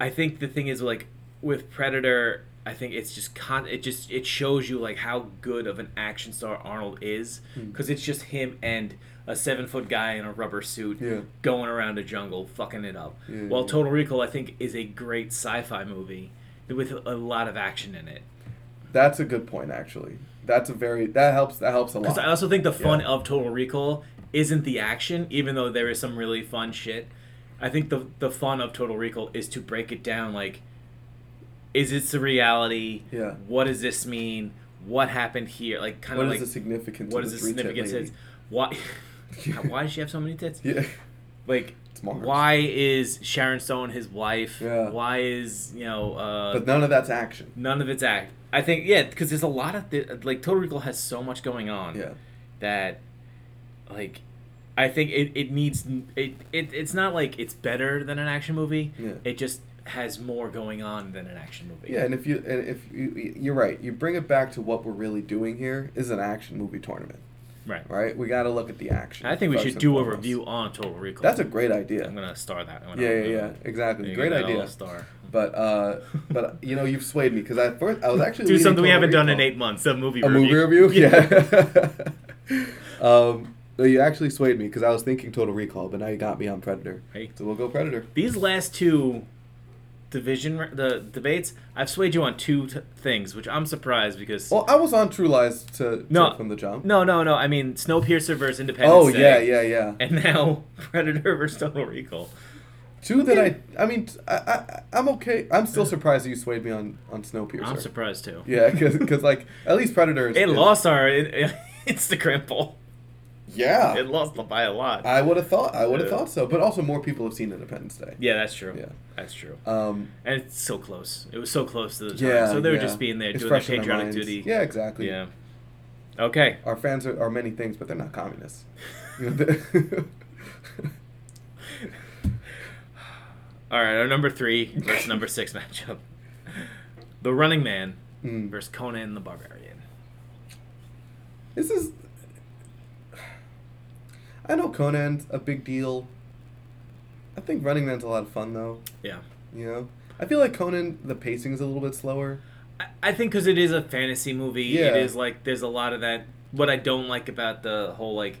C: I think the thing is like with Predator. I think it's just con. It just it shows you like how good of an action star Arnold is,
B: Hmm.
C: because it's just him and a seven foot guy in a rubber suit
B: Yeah.
C: going around a jungle, fucking it up.
B: Yeah,
C: While
B: yeah.
C: Total Recall, I think, is a great sci-fi movie with a lot of action in it.
B: That's a good point, actually. That's a very that helps. That helps a lot.
C: Because I also think the fun
B: Yeah.
C: of Total Recall isn't the action, even though there is some really fun shit. I think the the fun of Total Recall is to break it down. Like, is this the reality?
B: Yeah.
C: What does this mean? What happened here? Like, kind
B: What
C: of
B: is
C: like
B: the significance?
C: what
B: of
C: is the
B: three-tit
C: significance?
B: lady?
C: Is why? why does she have so many tits?
B: Yeah.
C: Like,
B: It's Mars.
C: why is Sharon Stone his wife?
B: Yeah.
C: Why is you know? Uh,
B: But none of that's action.
C: None of it's act. I think yeah, because there's a lot of th- like Total Recall has so much going on
B: Yeah.
C: that, like, I think it, it needs it, it it's not like it's better than an action movie.
B: Yeah.
C: It just has more going on than an action movie.
B: Yeah, and if you and if you, you're right, you bring it back to what we're really doing here is an action movie tournament.
C: Right.
B: right? We got to look at the action.
C: I think we
B: first
C: should
B: and
C: do a
B: foremost.
C: review on Total Recall.
B: That's a great idea.
C: I'm gonna star that. I'm gonna-
B: yeah, yeah,
C: I'm
B: yeah,
C: gonna-
B: exactly.
C: you
B: Great
C: get that
B: idea.
C: little Star.
B: But uh, but you know, you've swayed me because at first I was actually
C: Do
B: leaning
C: something we
B: Total
C: haven't done in
B: Recall.
C: eight months. A movie.
B: a movie review. Yeah. um, no, you actually swayed me because I was thinking Total Recall, but now you got me on Predator.
C: Hey.
B: So we'll go Predator.
C: These last two division r- the debates, I've swayed you on two t- things, which I'm surprised because
B: Well, I was on True Lies to, to-
C: No.
B: from the jump.
C: no, no, no. I mean, Snowpiercer versus Independence.
B: Oh
C: Day,
B: yeah, yeah, yeah.
C: And now Predator versus Total Recall.
B: Two that I, I mean, t- I, I, I'm okay. I'm still surprised that you swayed me on on Snowpiercer.
C: I'm surprised too.
B: Yeah, because like at least Predator. Is,
C: It
B: is-
C: lost our in- Instagram poll.
B: Yeah,
C: It lost by a lot.
B: I would have thought. I would have
C: Yeah.
B: thought so. But also, more people have seen Independence Day.
C: yeah, that's true.
B: Yeah.
C: That's true.
B: Um,
C: And it's so close. It was so close to the time.
B: yeah.
C: so they were
B: yeah.
C: just being there
B: It's
C: doing their
B: fresh in
C: patriotic
B: minds.
C: duty.
B: Yeah, exactly.
C: Yeah. Okay.
B: Our fans are, are many things, but they're not communists. You know, they're-
C: All right. Our number three versus number six matchup: The Running Man
B: Mm.
C: versus Conan the Barbarian.
B: this is. I know Conan's a big deal. I think Running Man's a lot of fun though.
C: Yeah.
B: You know, I feel like Conan the pacing is a little bit slower.
C: I, I think because it is a fantasy movie,
B: Yeah.
C: it is like there's a lot of that. What I don't like about the whole like,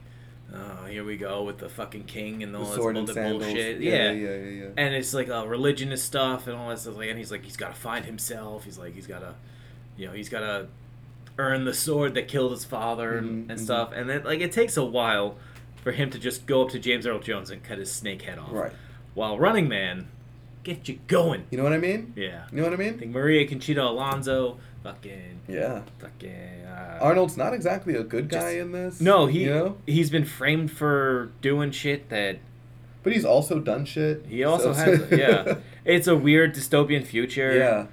C: oh, here we go with the fucking king and Oh, all
B: The
C: this
B: sword and
C: bull-
B: sandals.
C: bullshit.
B: yeah,
C: Yeah.
B: yeah, yeah. yeah.
C: And it's like uh, religion and stuff and all that stuff. Like, and he's like, he's got to find himself. He's like, he's got to, you know, he's got to earn the sword that killed his father
B: Mhm,
C: and, and
B: mhm.
C: stuff. And then like it takes a while for him to just go up to James Earl Jones and cut his snake head off.
B: Right.
C: While Running Man, get you going.
B: You know what I mean?
C: Yeah.
B: You know what I
C: I
B: mean?
C: think Maria Conchita Alonso, fucking
B: Yeah.
C: fucking uh,
B: Arnold's not exactly a good guy
C: Just-
B: in this.
C: No, he
B: You know,
C: he's been framed for doing shit that
B: but he's also done shit.
C: he also
B: so-
C: has. yeah, it's a weird dystopian future.
B: yeah.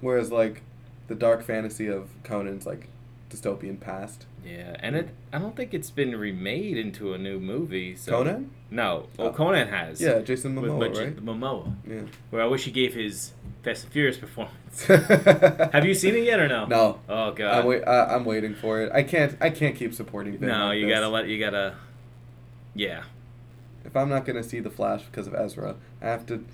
B: Whereas like the dark fantasy of Conan's like dystopian past.
C: yeah, and it I don't think it's been remade into a new movie. So.
B: Conan?
C: No, well,
B: Oh.
C: Conan has.
B: Yeah, Jason
C: with
B: Momoa,
C: Maj-
B: right?
C: Momoa,
B: Yeah.
C: where I wish he gave his Fast and Furious performance. Have you seen it yet or no?
B: No.
C: Oh god.
B: I'm, wait- I- I'm waiting for it. I can't. I can't keep supporting. Vin
C: no,
B: like
C: you
B: this.
C: gotta let you gotta. Yeah.
B: If I'm not gonna see the Flash because of Ezra, I have to.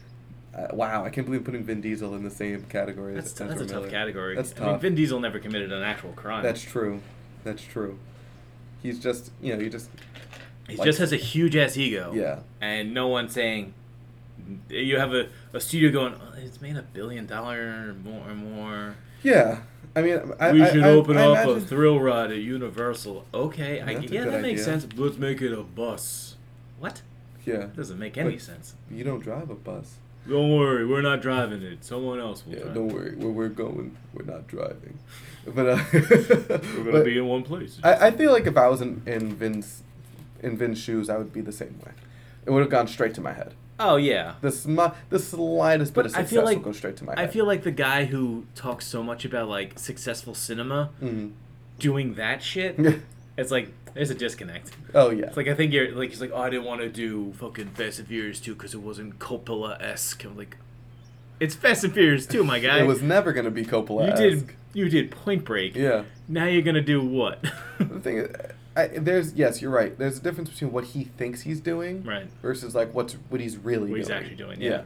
B: Uh, wow, I can't believe I'm putting Vin Diesel in the same category
C: That's,
B: as
C: t-
B: Ezra
C: that's a tough
B: Miller.
C: category.
B: That's
C: I mean,
B: tough.
C: Vin Diesel never committed an actual crime.
B: That's true. That's true. He's just, you know, he just,
C: He
B: Like-
C: just has a huge ass ego.
B: yeah,
C: And no one saying, you have a, a studio going, "Oh, it's made a billion dollar or more and more.
B: yeah. I mean, I,
C: we
B: I-
C: should
B: I-
C: open
B: I
C: up a
B: imagine-
C: thrill ride at Universal. Okay, I,
B: That's a
C: yeah,
B: good
C: that makes
B: idea.
C: sense. Let's make it a bus. What?
B: yeah,
C: That doesn't make any
B: But-
C: sense.
B: you don't drive a bus.
C: Don't worry, we're not driving it. Someone else will
B: Yeah,
C: drive.
B: don't
C: it.
B: worry. Where we're going, we're not driving. But uh,
C: We're gonna
B: but
C: be in one place.
B: I, I feel like if I was in, in Vin's in Vin's shoes, I would be the same way. It would have gone straight to my head.
C: oh yeah.
B: The smi- the slightest bit
C: But
B: of
C: I
B: success
C: feel like-
B: will go straight to my
C: I
B: head.
C: feel like the guy who talks so much about like successful cinema
B: Mhm.
C: doing that shit. It's like there's a disconnect.
B: oh yeah.
C: It's like I think you're like he's like oh I didn't want to do fucking Fast and Furious two because it wasn't Coppola esque. I'm like, it's Fast and Furious two, my guy.
B: it was never gonna be Coppola.
C: you did you did Point Break.
B: Yeah.
C: Now you're gonna do what?
B: The thing is, I, there's yes, you're right. There's a difference between what he thinks he's doing
C: right.
B: versus like what's what he's really
C: What
B: doing.
C: he's actually doing, yeah.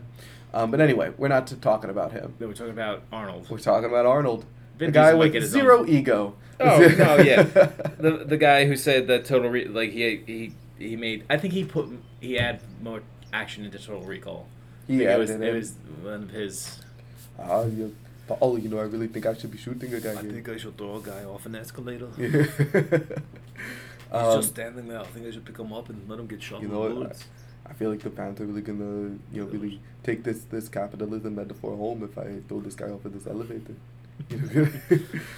B: Um, but anyway, we're not t- talking about him.
C: Then we're talking about Arnold.
B: We're talking about Arnold,
C: Vin
B: the guy
C: Diesel might
B: with
C: get his
B: zero
C: own-
B: ego.
C: Oh no, yeah, the the guy who said that Total Re- like he he he made I think he put he had more action into Total Recall. I think
B: yeah,
C: it was it was one of his.
B: Oh, you, Paul, you know, I really think I should be shooting a guy here.
C: I should throw a guy off an escalator.
B: Yeah.
C: He's
B: um,
C: just standing there. I think I should pick him up and let him get shot
B: you
C: in
B: know
C: the
B: what,
C: bullets.
B: I feel like the fans are really gonna, you know, really take this this capitalism metaphor home if I throw this guy off of this elevator. You know?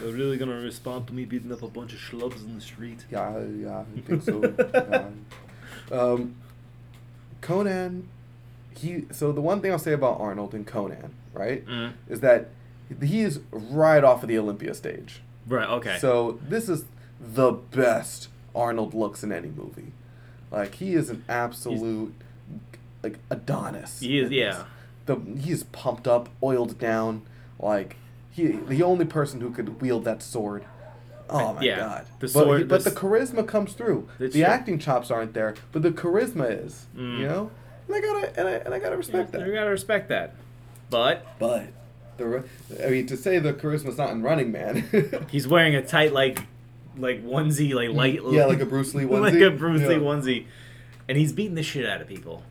C: They're really gonna respond to me beating up a bunch of schlubs in the street.
B: Yeah, yeah, I think so. yeah. Um, Conan, he. So the one thing I'll say about Arnold and Conan, right,
C: Mm.
B: is that he is right off of the Olympia stage.
C: Right. Okay.
B: So this is the best Arnold looks in any movie. Like he is an absolute like Adonis.
C: He is-
B: in this.
C: yeah.
B: The he's pumped up, oiled down. Like he the only person who could wield that sword. Oh my
C: yeah,
B: god.
C: the
B: but,
C: sword-
B: he- but
C: the
B: the,
C: s-
B: charisma comes through. The
C: That's true. Mm.
B: acting chops aren't there, but the charisma is. You know, and I gotta and I, and I gotta respect
C: You
B: that.
C: gotta respect that. But
B: But the re- I mean to say the charisma's not in Running Man.
C: he's wearing a tight like like onesie, like light.
B: Mm. yeah, like a Bruce Lee onesie.
C: like a Bruce
B: Yeah.
C: Lee onesie, and he's beating the shit out of people.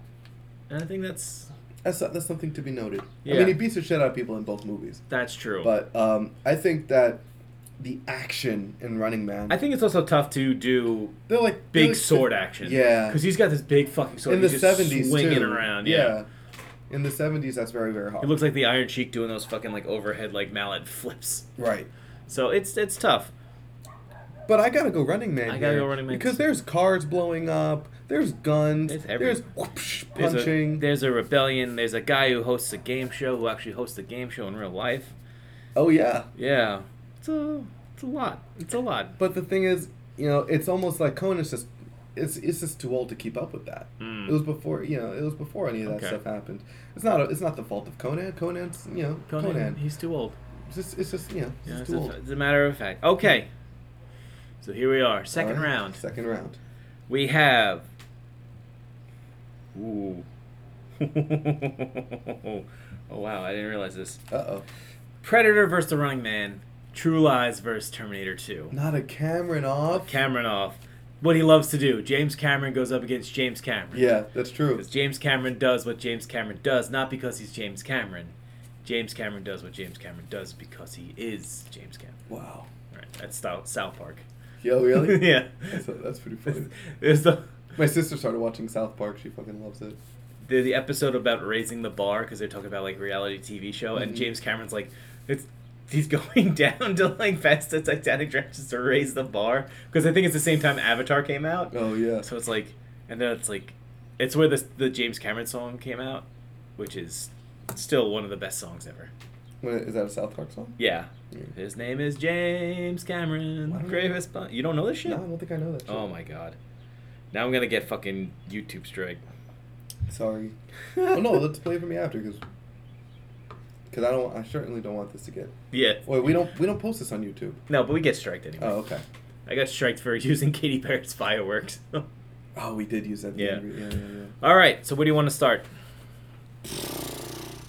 C: And I think that's
B: That's that's something to be noted. I
C: Yeah.
B: mean, he beats the shit out of people in both movies.
C: that's true.
B: But um, I think that the action in Running Man,
C: I think it's also tough to do
B: they're like
C: big
B: they're like-
C: sword action.
B: Yeah.
C: because he's got this big fucking sword.
B: in the
C: he's just
B: seventies
C: swinging
B: too.
C: around. Yeah.
B: in the seventies, that's very very hard.
C: it looks like the Iron Cheek doing those fucking like overhead like mallet flips.
B: right.
C: So it's it's tough.
B: But I gotta go Running Man.
C: I gotta
B: here
C: go Running Man.
B: because there's cars blowing up, there's guns,
C: It's
B: there's
C: everywhere.
B: whoopsh,
C: There's a,
B: punching.
C: there's a rebellion. There's a guy who hosts a game show who actually hosts a game show in real life.
B: oh yeah.
C: Yeah, it's a it's a lot. It's a lot.
B: But the thing is, you know, it's almost like Conan's just. It's, it's just too old to keep up with that.
C: Mm.
B: It was before you know. It was before any of that
C: Okay.
B: stuff happened. It's not. A, it's not the fault of Conan. Conan's you know Conan.
C: Conan. he's too old.
B: It's just, it's just you know. It's
C: Yeah,
B: just
C: it's,
B: too
C: a,
B: old.
C: it's a matter of fact. Okay. So here we are. Second
B: Alright,
C: round.
B: Second round.
C: We have. Ooh. oh, wow. I didn't realize this.
B: Uh oh.
C: Predator versus the Running Man. True Lies versus Terminator 2.
B: Not a Cameron off.
C: Cameron off. What he loves to do. James Cameron goes up against James Cameron.
B: yeah, that's true.
C: Because James Cameron does what James Cameron does, not because he's James Cameron. James Cameron does what James Cameron does because he is James Cameron.
B: Wow.
C: Right. That's South South Park.
B: Yo, really?
C: yeah.
B: That's, that's pretty funny.
C: There's the
B: My sister started watching South Park. She fucking loves it.
C: the, the episode about raising the bar because they're talking about like reality TV show and
B: Mhm.
C: James Cameron's like it's he's going down to like past the Titanic Drench just to raise the bar because I think it's the same time Avatar came out
B: Oh yeah.
C: so it's like and then it's like it's where the the James Cameron song came out which is still one of the best songs ever
B: When, is that a South Park song?
C: yeah
B: Yeah.
C: his name is James Cameron
B: Why don't I-
C: greatest bu- you don't know this shit
B: No, I don't think I know that. Shit.
C: oh my god now I'm gonna get fucking YouTube strike
B: Sorry. oh no, let's play it for me after because I don't. I certainly don't want this to get.
C: yeah
B: Wait, we don't. We don't post this on YouTube.
C: no but we get striked anyway
B: Oh okay.
C: I got striked for using Katy Perry's fireworks.
B: Oh, we did use that.
C: Yeah.
B: thing. Yeah, yeah, yeah.
C: All right, so where do you want to start?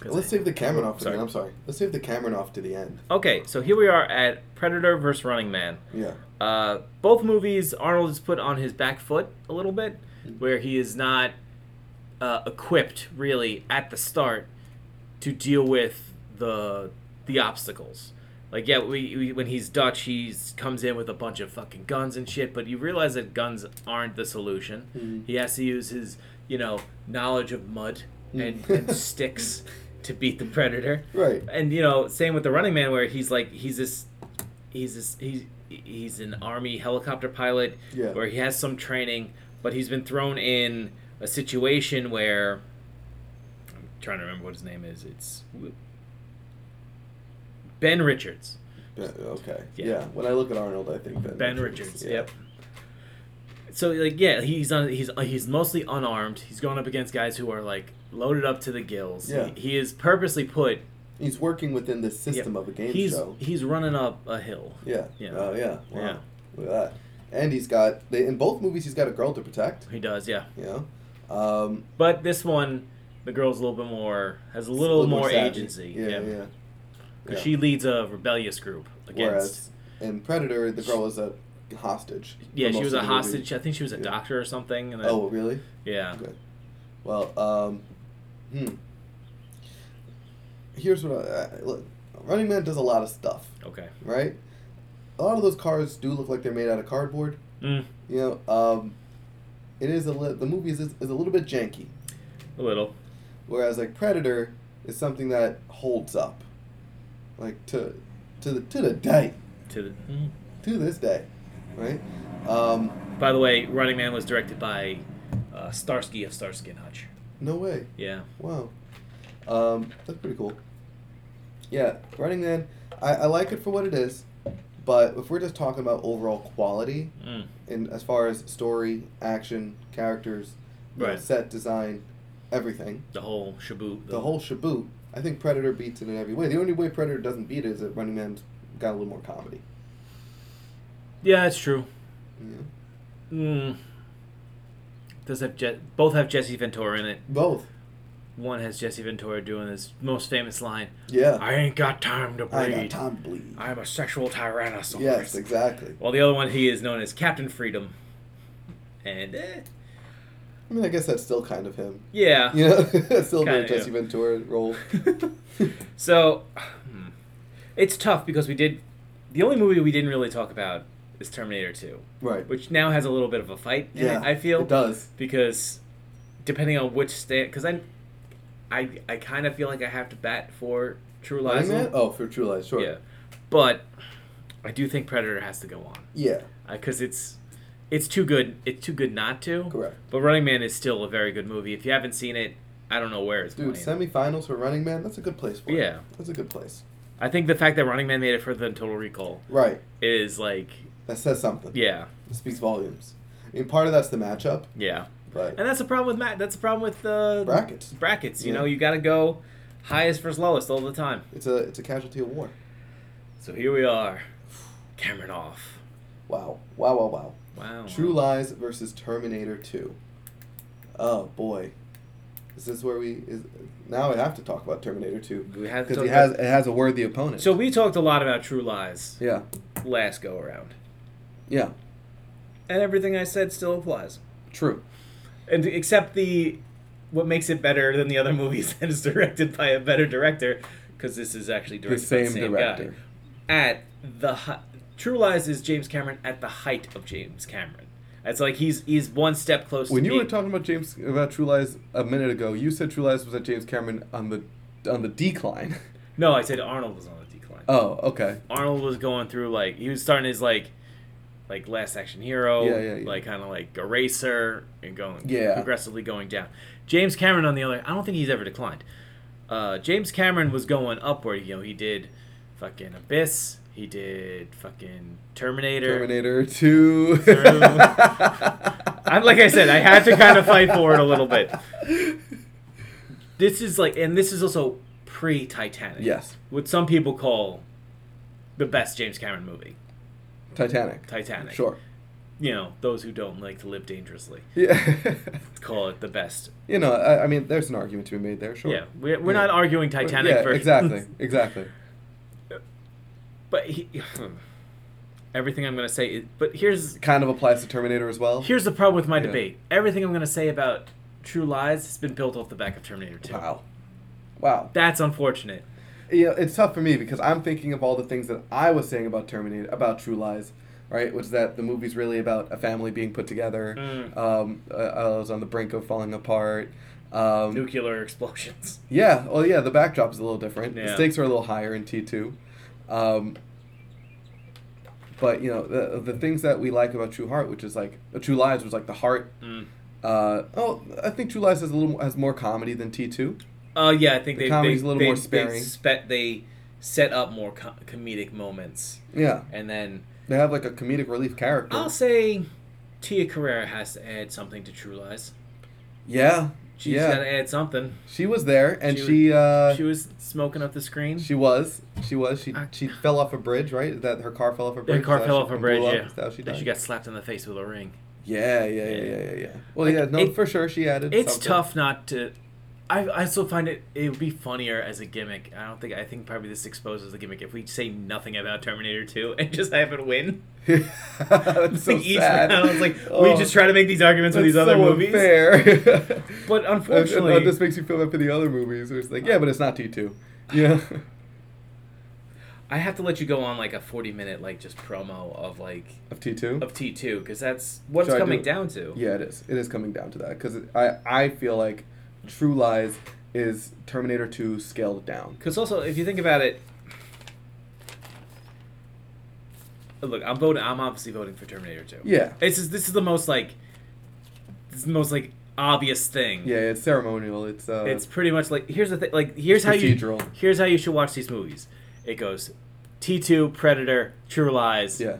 C: 'Cause
B: Let's
C: I-
B: save the Cameron off for
C: Sorry.
B: the end. I'm sorry. Let's save the Cameron off to the end.
C: Okay, so here we are at Predator versus Running Man.
B: Yeah.
C: Uh, both movies, Arnold is put on his back foot a little bit,
B: Mm-hmm.
C: where he is not uh, equipped really at the start to deal with the the obstacles. Like yeah, we, we when he's Dutch, he comes in with a bunch of fucking guns and shit. But you realize that guns aren't the solution.
B: Mm-hmm.
C: He has to use his you know knowledge of mud and,
B: Mm.
C: and sticks to beat the predator.
B: Right.
C: And you know, same with the Running Man, where he's like he's this he's this he's he's an army helicopter pilot
B: Yeah.
C: where he has some training but he's been thrown in a situation where i'm trying to remember what his name is it's ben richards
B: Yeah, okay. Yeah.
C: Yeah.
B: When I look at Arnold, I think Ben.
C: ben richards yep so like yeah he's on he's he's mostly unarmed he's going up against guys who are like loaded up to the gills
B: Yeah.
C: he, he is purposely put
B: He's working within the system
C: yep,
B: of a game
C: he's
B: show.
C: he's running up a hill
B: Yeah.
C: Yeah.
B: Oh yeah. Wow.
C: Yeah.
B: Look at that. And he's got they in both movies he's got a girl to protect.
C: he does yeah
B: You know. Um,
C: but this one the girl's a little bit more has a little, more,
B: savvy.
C: agency
B: Yeah. Yeah. yeah.
C: Because she leads a rebellious group against.
B: Whereas in Predator, the girl was a hostage. for
C: yeah, she
B: most
C: was
B: of
C: a
B: the movie.
C: hostage. I think she was a
B: Yeah.
C: doctor or something. And then,
B: Oh really?
C: yeah.
B: Okay. Well, um, hmm. Here's what I, I look. Running Man does a lot of stuff,
C: Okay.
B: right? A lot of those cars do look like they're made out of cardboard.
C: Mm,
B: You know, um, it is a li- the movie is, is a little bit janky,
C: a little.
B: whereas like Predator is something that holds up, like to to the to the day,
C: To the. Mm.
B: to this day, right? Um,
C: By the way, Running Man was directed by uh, Starsky of Starsky and Hutch.
B: no way.
C: Yeah.
B: Wow. Um, that's pretty cool. Yeah, Running Man, I, I like it for what it is, but if we're just talking about overall quality,
C: Mm.
B: in as far as story, action, characters, you know,
C: Right.
B: set design, everything,
C: The whole shaboo.
B: the whole shaboot, I think Predator beats it in every way. The only way Predator doesn't beat it is that Running Man's got a little more comedy.
C: Yeah, it's true.
B: Yeah.
C: Mm. Does have Je- both have Jesse Ventura in it.
B: Both.
C: One has Jesse Ventura doing his most famous line.
B: Yeah.
C: I ain't got time to
B: I
C: bleed.
B: time to bleed.
C: I'm a sexual tyrannosaurus.
B: Yes, exactly.
C: While the other one, he is known as Captain Freedom. And eh,
B: I mean, I guess that's still kind of him.
C: yeah.
B: You know, that's still very
C: Kinda,
B: Jesse
C: yeah.
B: Ventura role.
C: so hmm. it's tough because we did the only movie we didn't really talk about is Terminator 2,
B: right.
C: which now has a little bit of a fight. In
B: yeah.
C: it, I feel
B: it does.
C: because depending on which stand, because I, I, I kind of feel like I have to bat for True Lies.
B: Running Man? Oh, for True Lies, sure.
C: Yeah, but I do think Predator has to go on
B: Yeah,
C: because Uh, it's it's too good. It's too good not to.
B: Correct.
C: But Running Man is still a very good movie. If you haven't seen it, I don't know where it's
B: Dude,
C: playing.
B: semifinals for Running Man. That's a good place for it.
C: Yeah.
B: That's a good place.
C: I think the fact that Running Man made it further than Total Recall
B: Right.
C: is like,
B: That says something.
C: yeah,
B: It speaks volumes. I mean, part of that's the matchup,
C: yeah,
B: but
C: and that's the problem with Matt. That's the problem with uh,
B: brackets.
C: brackets. You
B: Yeah.
C: know, you got to go highest versus lowest all the time.
B: It's a it's a casualty of war.
C: So here we are, Cameron off.
B: Wow. Wow. Wow. Wow.
C: Wow.
B: True Lies versus Terminator Two. Oh boy, is this where we is? Now I have to talk about Terminator Two
C: We have
B: because
C: to
B: it
C: talk
B: has
C: about-
B: it has a worthy opponent.
C: So we talked a lot about True Lies
B: yeah,
C: last go around,
B: yeah,
C: and everything I said still applies,
B: true.
C: and except the what makes it better than the
B: Mm-hmm.
C: other movies that is directed by a better director, because this is actually
B: The
C: directed
B: same,
C: by the same
B: director.
C: guy. at the hi- True Lies is James Cameron at the height of James Cameron. It's like he's he's one step close.
B: When
C: to
B: you
C: being-
B: were talking about James about True Lies a minute ago, you said True Lies was at James Cameron on the on the decline.
C: no, I said Arnold was on a decline.
B: Oh, okay.
C: Arnold was going through like he was starting his like like Last Action Hero,
B: Yeah, yeah, yeah.
C: like kind of like Eraser, and going
B: Yeah.
C: progressively going down. James Cameron on the other, I don't think he's ever declined. Uh, James Cameron was going upward. You know, he did fucking Abyss. He did fucking Terminator.
B: Terminator Two.
C: I'm like I said, I had to kind of fight for it a little bit. This is like, and this is also pre Titanic.
B: Yes,
C: What some people call the best James Cameron movie,
B: Titanic.
C: Titanic.
B: Sure.
C: You know, those who don't like to live dangerously
B: Yeah.
C: call it the best.
B: you know, I, I mean, there's an argument to be made there. Sure.
C: Yeah, we're, we're
B: Yeah.
C: not arguing Titanic
B: Yeah,
C: versus.
B: exactly. Exactly.
C: but he, everything I'm going to say, is, but here's
B: Kind of applies to Terminator as well.
C: here's the problem with my
B: Yeah.
C: debate. Everything I'm going to say about True Lies has been built off the back of Terminator 2.
B: Wow. Wow.
C: That's unfortunate.
B: you know, it's tough for me because I'm thinking of all the things that I was saying about Terminator, about True Lies, right? Which is that the movie's really about a family being put together.
C: Mm.
B: Um, uh, I was on the brink of falling apart. Um,
C: Nuclear explosions.
B: Yeah, well, yeah, the backdrop is a little different. The
C: Yeah.
B: stakes are a little higher in T2. Um, but, you know, the, the things that we like about True Heart, which is like, uh, True Lies was like the heart.
C: Mm.
B: Uh, oh, I think True Lies has a little has more comedy than T2.
C: Oh yeah, I think
B: The
C: they
B: comedy's
C: they,
B: a little
C: they,
B: more
C: they
B: sparing.
C: spe- they set up more co- comedic moments,
B: Yeah,
C: and then
B: they have like a comedic relief character.
C: I'll say Tia Carrera has to add something to True Lies.
B: yeah,
C: She's
B: yeah.
C: got to add something.
B: She was there, and
C: She
B: she
C: was-
B: uh,
C: she was smoking up the screen.
B: she was she was she
C: I-
B: she fell off a bridge, right? That her car fell off a bridge.
C: Her car
B: is that
C: fell
B: how
C: off
B: she-
C: a
B: blew
C: bridge.
B: up?
C: Yeah,
B: Is that how she
C: And
B: died?
C: she got slapped in the face with a ring.
B: yeah, yeah, yeah, yeah, yeah, yeah. Well,
C: Like,
B: yeah, no,
C: it-
B: for sure she added.
C: It's
B: something.
C: tough not to. I, I still find it it would be funnier as a gimmick. I don't think I think probably this exposes the gimmick if we say nothing about Terminator Two and just have it win.
B: that's so
C: Each
B: sad.
C: round, it's like
B: Oh,
C: we just try to make these arguments with
B: that's
C: these other
B: so
C: movies.
B: Unfair. And- and-
C: But unfortunately,
B: and this makes you feel bad for the other movies. It's like, yeah, but it's not T two. Yeah.
C: I have to let you go on like a forty-minute like just promo of like
B: of T two.
C: of T two because that's what's
B: Should I
C: coming
B: do-
C: down to.
B: Yeah, it is. It is coming down to that because I I feel like True Lies is Terminator two scaled down.
C: Because also, if you think about it, look, I'm voting. I'm obviously voting for Terminator Two.
B: Yeah.
C: This is this is the most like this is the most like obvious thing.
B: Yeah, it's ceremonial. It's uh.
C: It's pretty much like here's the thing. Like here's how you
B: procedural.
C: here's how you should watch these movies. It goes T two Predator True Lies.
B: yeah.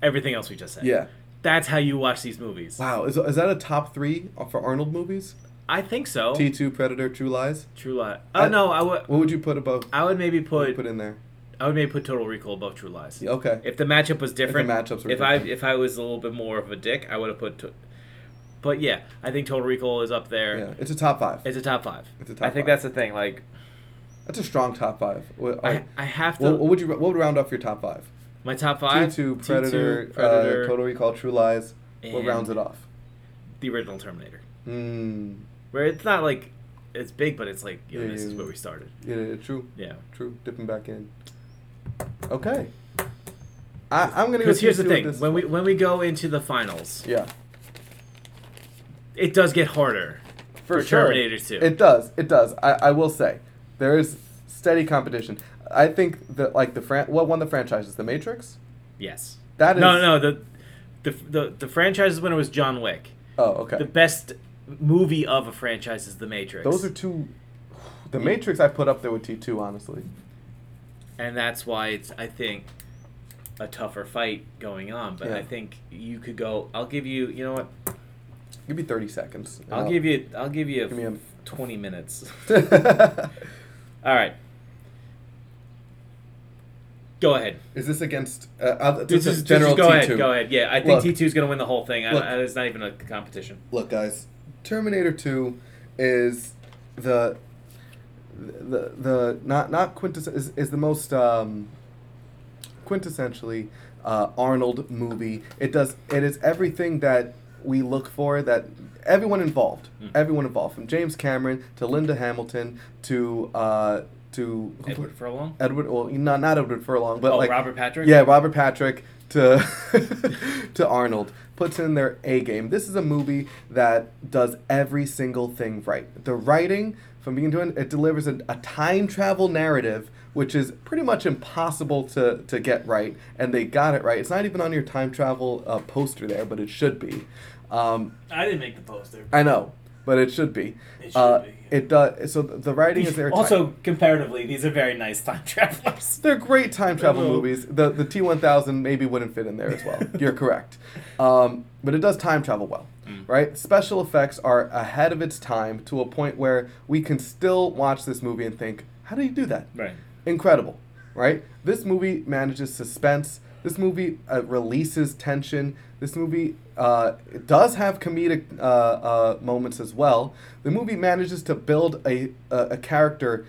C: Everything else we just said.
B: Yeah.
C: That's how you watch these movies.
B: Wow. Is, is that a top three for Arnold movies?
C: I think so.
B: T two Predator True Lies.
C: True Lies.
B: I-
C: Oh no, I would
B: What would you put above?
C: I would maybe
B: what would you
C: put
B: put in there.
C: I would maybe put Total Recall above True Lies.
B: Yeah, okay.
C: If the matchup was different,
B: matchups were
C: if I
B: different.
C: if I was a little bit more of a dick, I would have put. To- but yeah, I think Total Recall is up there.
B: Yeah, it's a top five.
C: It's a top five.
B: It's a top
C: I
B: five.
C: think that's the thing. Like,
B: That's a strong top five. Wha-
C: I,
B: alright.
C: I have to.
B: What, what would you? What would round off your top five?
C: my top
B: T
C: five.
B: two
C: T2,
B: Predator,
C: Predator,
B: Uh, Total Recall, True Lies. What
C: and-
B: rounds it off?
C: the original Terminator,
B: Mm,
C: where it's not like it's big, but it's like you know,
B: Yeah,
C: this
B: yeah,
C: is
B: yeah.
C: where we started.
B: yeah, yeah, true,
C: Yeah.
B: true. Dipping back in. Okay. I, I'm gonna go.
C: Because here's the
B: T2 with
C: thing:
B: this
C: when we
B: one.
C: when we go into the finals,
B: yeah,
C: it does get harder. For Terminator 2.
B: It does. It does. I, I will say, there is steady competition. I think that like the fran- what won the franchise is the Matrix.
C: Yes.
B: That is-
C: no, no. The the the, the franchise is when it was John Wick.
B: Oh, okay.
C: The best movie of a franchise is The Matrix.
B: Those are two. The Matrix I put up there with T two honestly.
C: and that's why it's I think a tougher fight going on. But
B: Yeah.
C: I think you could go. I'll give you. You know what?
B: Give me thirty seconds. and
C: I'll give you. I'll give you
B: Give me a-
C: twenty minutes.
B: is
C: All right. Go ahead.
B: this against uh, uh,
C: Just,
B: this is
C: just-
B: general
C: just go
B: T2.
C: ahead. Go ahead. Yeah, I
B: Look.
C: think T two is going to win the whole thing. I,
B: Look.
C: I, it's not even a competition.
B: Look, guys, Terminator Two is the the the not not quintess is, is the most um, quintessentially uh, Arnold movie. It does it is everything that we look for that everyone involved,
C: Mhm.
B: everyone involved from James Cameron to Linda Hamilton to uh, to
C: Edward Furlong.
B: Edward, well, not not Edward Furlong, but
C: Oh,
B: Uh, like
C: Robert Patrick?
B: Yeah, Robert Patrick to to Arnold puts in their A game. This is a movie that does every single thing right. The writing, from beginning to end, it delivers a, a time travel narrative, which is pretty much impossible to to get right, and they got it right. It's not even on your time travel uh, poster there, but it should be. Um,
C: I didn't make the poster.
B: I know, but it should be.
C: It should
B: uh,
C: be, yeah.
B: It does. So the writing is there.
C: also, comparatively, these are very nice time travelers.
B: They're great time travel
C: Hello.
B: movies. The the T one thousand maybe wouldn't fit in there as well. You're correct, um, but it does time travel well, right? Special effects are ahead of its time to a point where we can still watch this movie and think, how do you do that?
C: Right.
B: incredible, right? This movie manages suspense. This movie uh, releases tension. This movie uh, it does have comedic uh, uh, moments as well. The movie manages to build a a, a character.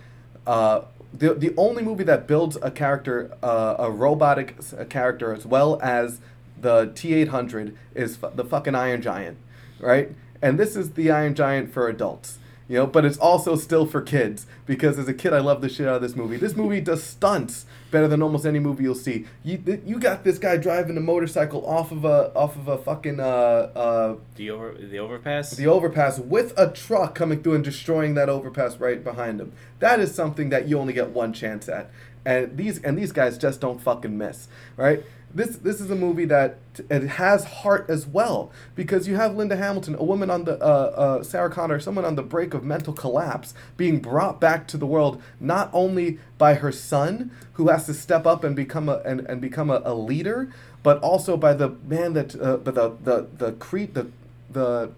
B: Uh, the, the only movie that builds a character, uh, a robotic s- a character, as well as the T eight hundred, is f- the fucking Iron Giant, right? And this is the Iron Giant for adults you know but it's also still for kids because as a kid i love the shit out of this movie this movie does stunts better than almost any movie you'll see you, th- you got this guy driving a motorcycle off of a off of a fucking uh, uh,
C: The over the overpass.
B: the overpass with a truck coming through and destroying that overpass right behind him that is something that you only get one chance at and these and these guys just don't fucking miss right this this is a movie that t- it has heart as well because you have Linda Hamilton, a woman on the uh, uh, Sarah Connor, someone on the brink of mental collapse, being brought back to the world not only by her son, who has to step up and become a and, and become a, a leader, but also by the man that uh, but the the the cre- the the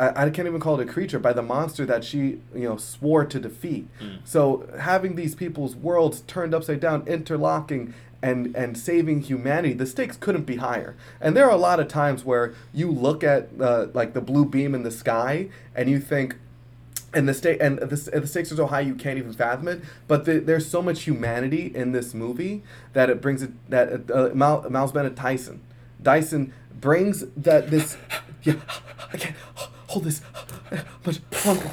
B: I, I can't even call it a creature by the monster that she you know swore to defeat. So having these people's worlds turned upside down, interlocking, and and saving humanity, the stakes couldn't be higher. And there are a lot of times where you look at uh, like the blue beam in the sky and you think, and the state and the, and the stakes are so high you can't even fathom it. But the, there's so much humanity in this movie that it brings it that uh, Mal, Miles Bennett Tyson, Dyson brings that this. Yeah, I can't hold this much longer.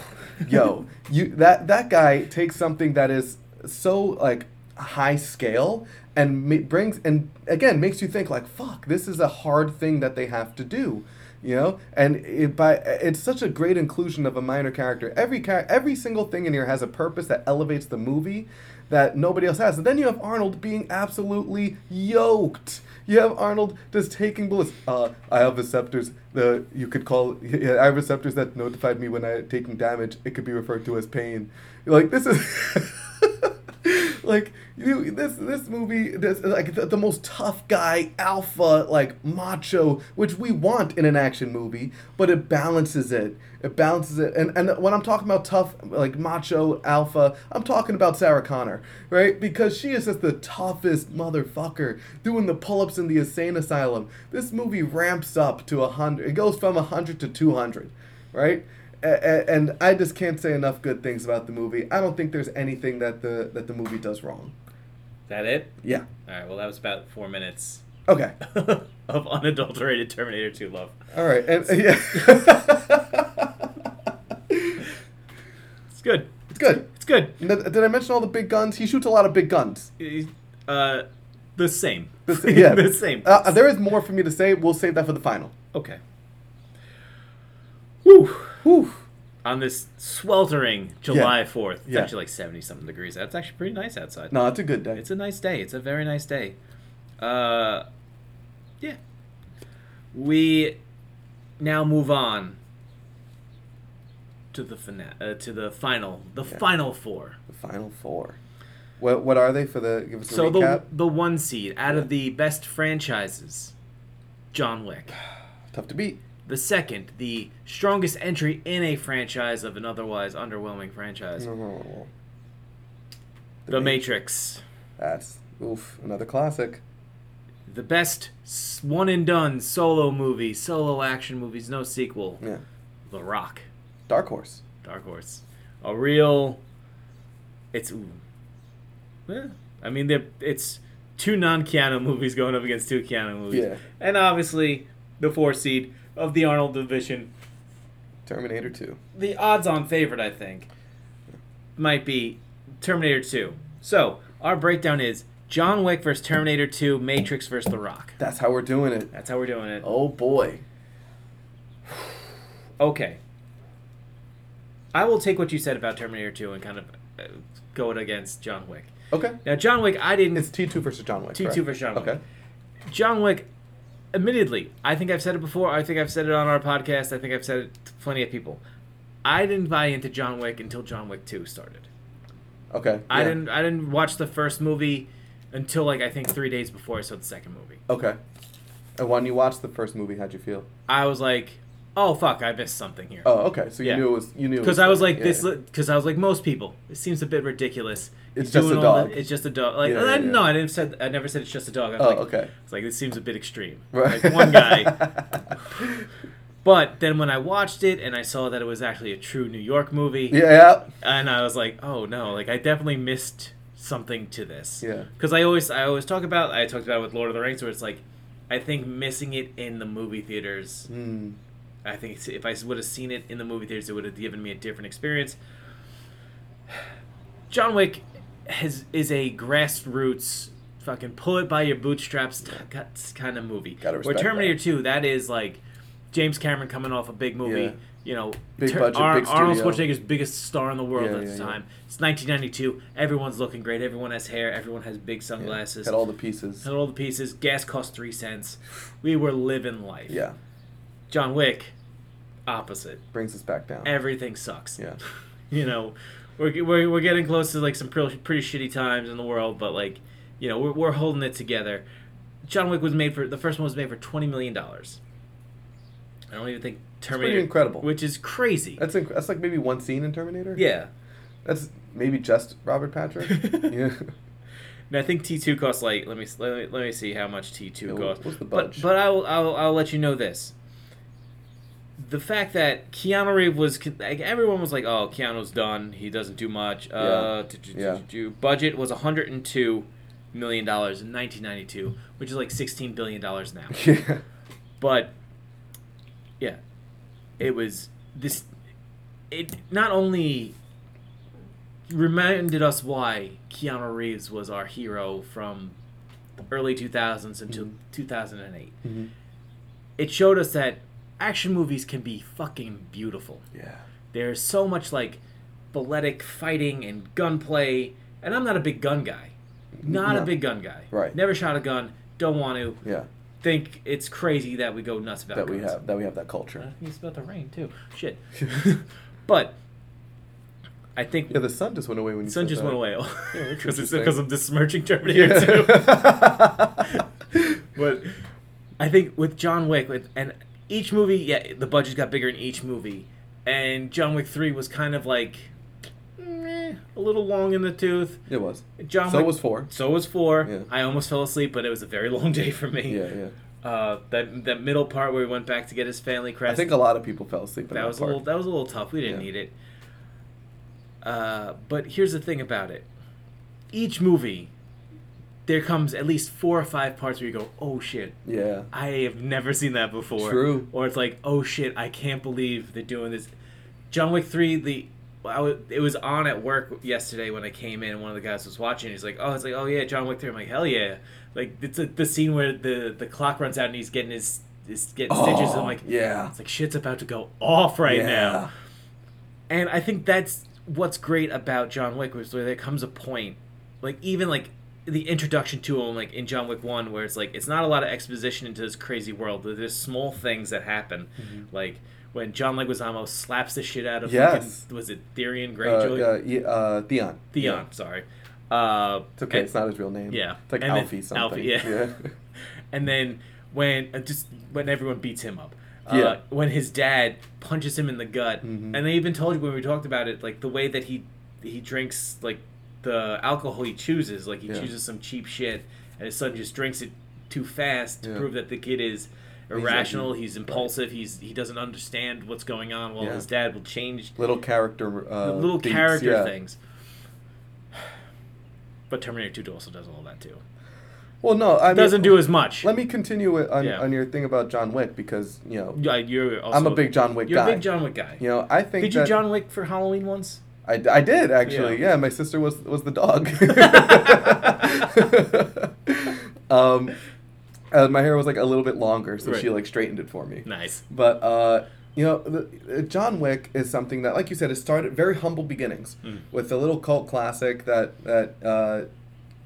B: Yo, you that that guy takes something that is so like high scale and ma- brings and again makes you think like fuck this is a hard thing that they have to do you know and it, by it's such a great inclusion of a minor character every char- every single thing in here has a purpose that elevates the movie that nobody else has and then you have arnold being absolutely yoked you have arnold just taking bullets uh, i have receptors the you could call yeah, i have receptors that notified me when i taking damage it could be referred to as pain like this is like you, this this movie this like the, the most tough guy alpha like macho which we want in an action movie but it balances it it balances it and and when i'm talking about tough like macho alpha i'm talking about sarah connor right because she is just the toughest motherfucker doing the pull-ups in the insane asylum this movie ramps up to 100 it goes from 100 to 200 right and, and I just can't say enough good things about the movie. I don't think there's anything that the that the movie does wrong.
C: that it?
B: Yeah.
C: All right. Well, that was about four minutes
B: Okay.
C: of unadulterated Terminator 2 love.
B: All right. And yeah.
C: It's good.
B: it's good.
C: It's good.
B: N- Did I mention all the big guns? He shoots a lot of big guns.
C: Uh, the same.
B: The s- yeah.
C: the same.
B: Uh, there is more for me to say. We'll save that for the final.
C: okay. Woo.
B: Whew.
C: On this sweltering July
B: Yeah.
C: 4th, it's
B: Yeah.
C: actually like 70 something degrees. That's actually pretty nice outside.
B: No, it's a good day.
C: It's a nice day. It's a very nice day. Uh, yeah. We now move on to the fina- uh, to the final, the final four.
B: The final four. What what are they for the? Give us a
C: So
B: recap.
C: the the one seed out of the best franchises, John Wick.
B: Tough to beat.
C: The second, the strongest entry in a franchise of an otherwise underwhelming franchise, The,
B: Ma-
C: Matrix.
B: That's oof. Another classic.
C: The best s- one and done solo movie, solo action movies, no sequel.
B: Yeah.
C: The Rock,
B: Dark horse.
C: Dark Horse, a real. It's. Ooh, Eh, I mean, they're, it's two non-Keanu movies going up against two Keanu movies,
B: Yeah.
C: and obviously the four seed of the Arnold division.
B: Terminator two.
C: The odds-on favorite, I think, might be Terminator Two. So our breakdown is John Wick versus Terminator Two, Matrix versus The Rock.
B: That's how we're doing it.
C: That's how we're doing it.
B: Oh boy.
C: Okay. I will take what you said about Terminator 2 and kind of uh, go it against John Wick.
B: Okay.
C: Now, John Wick, I didn't.
B: It's T two versus John Wick.
C: T2
B: correct?
C: versus John Wick.
B: Okay.
C: John Wick, admittedly, I think I've said it before. I think I've said it on our podcast. I think I've said it to plenty of people. I didn't buy into John Wick until John Wick 2 started.
B: Okay.
C: I
B: yeah.
C: didn't. I didn't watch the first movie until like I think three days before I saw the second movie.
B: Okay. And when you watched the first movie, how'd you feel?
C: I was like, "Oh fuck, I missed something here."
B: Oh, okay. So you
C: Yeah.
B: knew it was. You knew. it
C: Because I was like
B: yeah,
C: this,
B: yeah.
C: because I was like most people. It seems a bit ridiculous.
B: It's
C: You're
B: just
C: doing
B: a
C: all
B: dog.
C: it's just a dog. Like
B: Yeah,
C: I,
B: yeah, yeah.
C: no, I didn't said I never said it's just a dog. I was
B: Oh,
C: like,
B: okay.
C: It's like this seems a bit extreme.
B: Right.
C: Like one guy. but then when I watched it and I saw that it was actually a true New York movie,
B: yeah.
C: and I was like, oh no, like I definitely missed something to this.
B: Yeah.
C: Because I always I always talk about I talked about it with Lord of the Rings where it's like, I think missing it in the movie theaters
B: Mm,
C: I think it's- if I would have seen it in the movie theaters, it would have given me a different experience. John Wick has, is a grassroots, fucking pull it by your bootstraps t- cuts kind of movie.
B: Gotta
C: Where
B: respect
C: Terminator
B: that.
C: 2, that is like James Cameron coming off a big movie.
B: Yeah.
C: You know,
B: Big budget, big
C: Arnold
B: studio.
C: Schwarzenegger's biggest star in the world
B: Yeah,
C: at
B: yeah,
C: the
B: yeah.
C: time. It's 1992. Everyone's looking great. Everyone has hair. Everyone has big sunglasses.
B: Had all the pieces.
C: Had all the pieces. Gas cost three cents. We were living life.
B: Yeah.
C: John Wick, opposite.
B: Brings us back down.
C: Everything sucks.
B: Yeah.
C: You know, we're, we're, we're getting close to like some pretty, pretty shitty times in the world, but like, you know, we're, we're holding it together. John Wick was made for the first one was made for twenty million dollars. I don't even think Terminator,
B: incredible.
C: which is crazy.
B: That's inc- that's like maybe one scene in Terminator.
C: yeah,
B: That's maybe just Robert Patrick. yeah.
C: and I think T two costs like let me let me, let me see how much T two
B: Yeah, what-
C: costs.
B: what's the
C: but
B: budge?
C: but I'll, I'll I'll let you know this. The fact that Keanu Reeves was con- like everyone was like, oh, Keanu's done. He doesn't do much. Uh,
B: Yeah.
C: do- do- do-
B: Yeah.
C: do- do. budget was 102 million dollars in 1992, which is like 16 billion dollars now.
B: Yeah.
C: But yeah, it was this. It not only reminded us why Keanu Reeves was our hero from early 2000s until
B: Mm-hmm.
C: 2008.
B: Mhm.
C: It showed us that action movies can be fucking beautiful.
B: Yeah.
C: There's so much like balletic fighting and gunplay, and I'm not a big gun guy. Not a
B: No.
C: big gun guy.
B: Right.
C: Never shot a gun. Don't want to
B: Yeah.
C: think it's crazy that we go nuts about
B: That we
C: guns.
B: have that we have that culture.
C: He's about to rain too. Shit. but I think
B: Yeah, the sun just went away when you
C: Sun
B: said
C: just
B: that.
C: went away
B: Yeah, that's
C: because
B: interesting.
C: because I'm besmirching Terminator too.
B: Yeah.
C: but I think with John Wick, with and each movie, yeah, the budgets got bigger in each movie, and John Wick three was kind of like eh, a little long in the tooth.
B: it was.
C: John
B: so
C: Wick
B: was four.
C: So was four.
B: Yeah.
C: I almost fell asleep, but it was a very long day for me.
B: Yeah, yeah.
C: Uh, that that middle part where we went back to get his family crest.
B: I think a lot of people fell asleep. in
C: that was a
B: part.
C: little that was a little tough. We didn't
B: Yeah.
C: need it. Uh, but here's the thing about it: each movie, there comes at least four or five parts where you go, "Oh shit,
B: Yeah.
C: I have never seen that before."
B: True.
C: Or it's like, "Oh shit, I can't believe they're doing this." John Wick three, the I was, it was on at work yesterday when I came in. and One of the guys was watching. He's like, "Oh, it's like, oh yeah, John Wick three. I'm like, "Hell yeah!" Like it's a, the scene where the the clock runs out and he's getting his, his getting stitches. I'm
B: Oh,
C: like,
B: yeah.
C: it's like shit's about to go off right
B: yeah.
C: now. And I think that's what's great about John Wick was where there comes a point, like even like the introduction to him, like in John Wick One, where it's like it's not a lot of exposition into this crazy world. but There's small things that happen,
B: Mm-hmm.
C: like when John Leguizamo slaps the shit out of
B: Yes.
C: fucking- was it Therian
B: Uh,
C: Greyjoy?
B: uh, yeah, uh, Theon.
C: Theon,
B: Yeah.
C: sorry. Uh,
B: It's okay.
C: and-
B: it's not his real name.
C: yeah.
B: It's like
C: And then-
B: Alfie something.
C: Alfie, yeah. and then when uh, just when everyone beats him up. Uh,
B: Yeah. Mm-hmm.
C: When his dad punches him in the gut, and they even told you when we talked about it, like the way that he he drinks like the alcohol he chooses, like he
B: Yeah.
C: chooses some cheap shit, and his son just drinks it too fast to
B: Yeah.
C: prove that the kid is
B: like,
C: irrational. He's, impulsive. He's he doesn't understand what's going on. While
B: Yeah.
C: his dad will change
B: little character. Uh,
C: the little
B: beats,
C: character
B: yeah.
C: things. But Terminator Two also does all that too.
B: Well, no, I mean,
C: Doesn't do as much.
B: Let me continue with- on,
C: Yeah.
B: on your thing about John Wick because you know
C: Yeah, you're also
B: I'm a big John Wick
C: You're a
B: guy.
C: big John Wick guy.
B: you know, I think
C: Did you
B: that-
C: John Wick for Halloween once?
B: I, I did actually.
C: Yeah.
B: Yeah. my sister was was the dog. um, uh, my hair was like a little bit longer, so
C: Right.
B: she like straightened it for me.
C: Nice.
B: But uh, you know, the, uh, John Wick is something that, like you said, it started very humble beginnings
C: Mm.
B: with a little cult classic that that uh,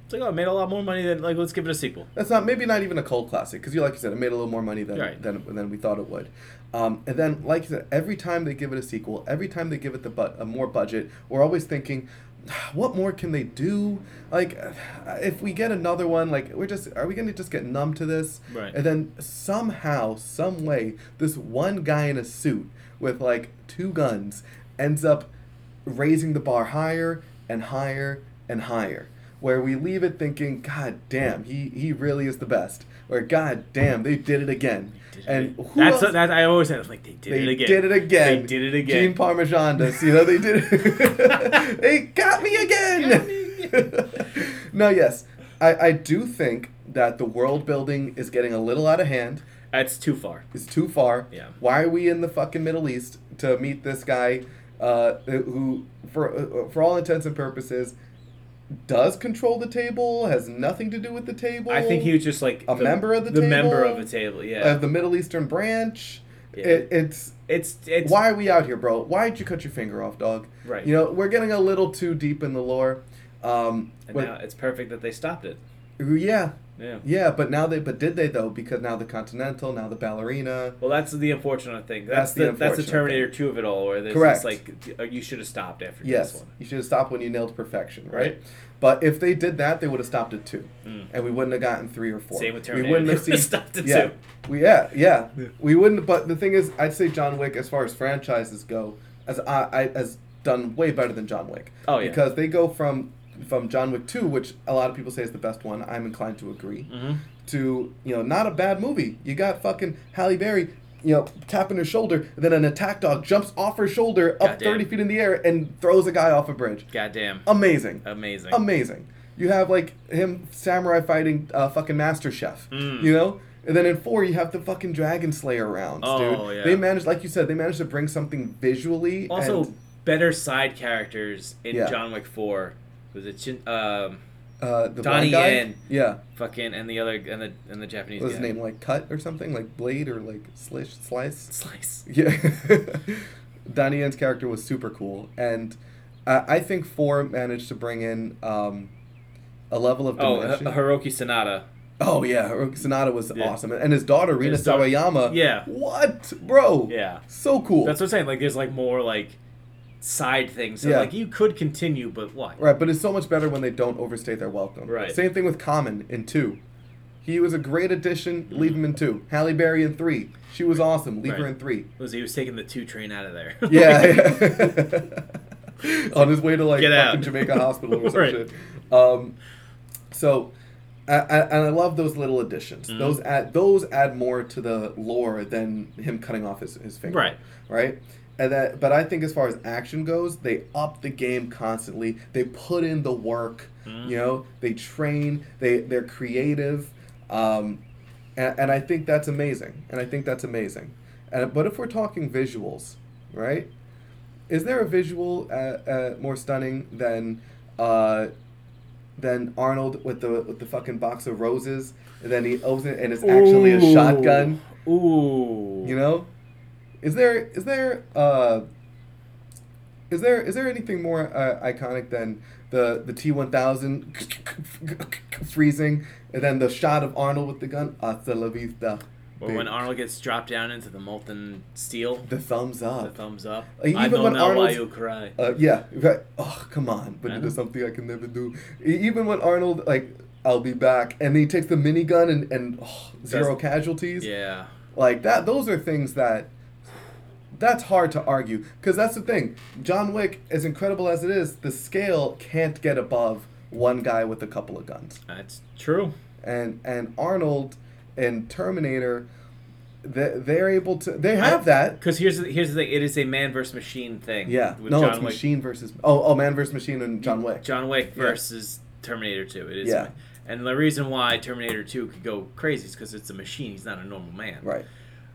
C: It's like, oh, I made a lot more money than like let's give it a sequel.
B: that's not maybe not even a cult classic because you like you said it made a little more money than
C: Right.
B: than, than we thought it would. Um, and then like you said, every time they give it a sequel, every time they give it the but a more budget, we're always thinking, what more can they do? Like, if we get another one, like we're just are we gonna just get numb to this?
C: Right.
B: And then somehow, some way, this one guy in a suit with like two guns ends up raising the bar higher and higher and higher. Where we leave it thinking, God damn, he, he really is the best. Or God damn, they did it again. And who
C: that's
B: else?
C: that I always said it's like they did
B: they
C: it again.
B: did it again.
C: They did it again.
B: Gene Parmesan does, you know, they did it. they got me again. no, yes. I, I do think that the world building is getting a little out of hand.
C: that's too far.
B: It's too far.
C: Yeah.
B: Why are we in the fucking Middle East to meet this guy uh, who, for, uh, for all intents and purposes, does control the table, has nothing to do with the table?
C: I think he was just like
B: A member of the
C: the member
B: table?
C: of a table. Yeah,
B: Of the Middle Eastern branch.
C: Yeah.
B: It, it's
C: it's it's
B: why are we out here, bro? Why'd you cut your finger off, dog?
C: Right.
B: You know, we're getting a little too deep in the lore. Um,
C: And
B: but-
C: now it's perfect that they stopped it.
B: yeah,
C: Yeah.
B: yeah, but now they, but did they though? Because now the Continental, now the Ballerina.
C: Well, that's the unfortunate thing.
B: That's
C: That's, the,
B: the
C: that's the
B: unfortunate
C: Terminator two of it all, where there's
B: Correct.
C: just like uh, you should have stopped after this
B: Yes,
C: one.
B: you should have stopped when you nailed perfection, right?
C: Right.
B: But if they did that, they would have stopped at two, and we wouldn't have gotten three or four.
C: Mm. Same with
B: We
C: Terminator.
B: wouldn't
C: They
B: have
C: would
B: seen
C: have stopped at
B: yeah,
C: two.
B: We, yeah, yeah, we wouldn't. But the thing is, I'd say John Wick, as far as franchises go, as I, I as done way better than John Wick.
C: Oh, yeah.
B: Because they go from from John Wick two, which a lot of people say is the best one. I'm inclined to agree.
C: Mm-hmm.
B: To you know, not a bad movie. You got fucking Halle Berry. You know, tapping her shoulder, and then an attack dog jumps off her shoulder up
C: Goddamn.
B: 30 feet in the air and throws a guy off a bridge.
C: Goddamn.
B: Amazing. um,
C: Amazing.
B: Amazing. You have like him samurai fighting uh, fucking Master Chef.
C: Hmm.
B: You know? And then in four you have the fucking Dragon Slayer rounds,
C: Oh,
B: dude.
C: yeah.
B: They managed like you said, they managed to bring something visually
C: Also,
B: and,
C: better side characters in
B: Yeah.
C: John Wick Four was it Shin, um,
B: uh the
C: Donnie
B: blind guy.
C: Yen.
B: Yeah.
C: fucking and the other and the and the Japanese
B: What was
C: guy.
B: his name? Like cut or something? Like blade or like slish slice?
C: Slice.
B: Yeah. Donnie Yen's character was super cool, and uh, I think four managed to bring in um, a level of
C: Oh, H-
B: dimension.
C: Hiroki Sanada.
B: oh yeah, Hiroki Sanada was
C: Yeah.
B: awesome, and his daughter Rina
C: His daughter-
B: Sawayama.
C: Yeah.
B: What, bro?
C: Yeah.
B: So cool.
C: That's what I'm saying. Like, there's like more like side thing. So
B: Yeah.
C: like you could continue, but why?
B: Right, but it's so much better when they don't overstay their welcome.
C: Right.
B: Same thing with Common in two. He was a great addition. Leave him in two. Halle Berry in three. She was awesome. Leave her
C: Right.
B: in three.
C: Was he was taking the two train out of there?
B: Yeah. yeah. On his way to like
C: Get out.
B: fucking Jamaica Hospital or some
C: Right.
B: shit. Um, so, I, I, and I love those little additions. Those add those add more to the lore than him cutting off his, his finger.
C: Right.
B: Right. And that, but I think as far as action goes, they up the game constantly. They put in the work. You know, they train. They they're creative. Um, and, and I think that's amazing. And I think that's amazing. And, but if we're talking visuals, right? Is there a visual uh, uh, more stunning than uh, than Arnold with the with the fucking box of roses? And then he opens it, and it's actually a shotgun.
C: Ooh.
B: You know, is there is there uh, is there is there anything more uh, iconic than the the T one thousand freezing, and then the shot of Arnold with the gun? Hasta la vista.
C: Or when
B: bitch.
C: Arnold gets dropped down into the molten steel,
B: the thumbs
C: the
B: up.
C: thumbs up.
B: Uh, even
C: I know
B: when
C: now why
B: Arnold's-
C: you cry.
B: Uh, yeah, right. Oh, come on! But
C: I
B: it
C: know.
B: is something I can never do. E- Even when Arnold like, I'll be back, and he takes the minigun and and oh, zero
C: Does-
B: casualties.
C: yeah.
B: Like that. Those are things that. That's hard to argue because that's the thing. John Wick, as incredible as it is, the scale can't get above one guy with a couple of guns
C: That's true.
B: and and Arnold and Terminator. They they're able to. They have that.
C: Because here's the, here's the thing. It is a man versus machine thing.
B: Yeah.
C: with
B: No,
C: John
B: it's
C: Wick. Mm,
B: machine versus oh oh man versus machine and John Wick.
C: John Wick
B: Yeah.
C: versus Terminator 2. It is.
B: Yeah.
C: And the reason why Terminator 2 could go crazy is because it's a machine. He's not a normal man.
B: Right.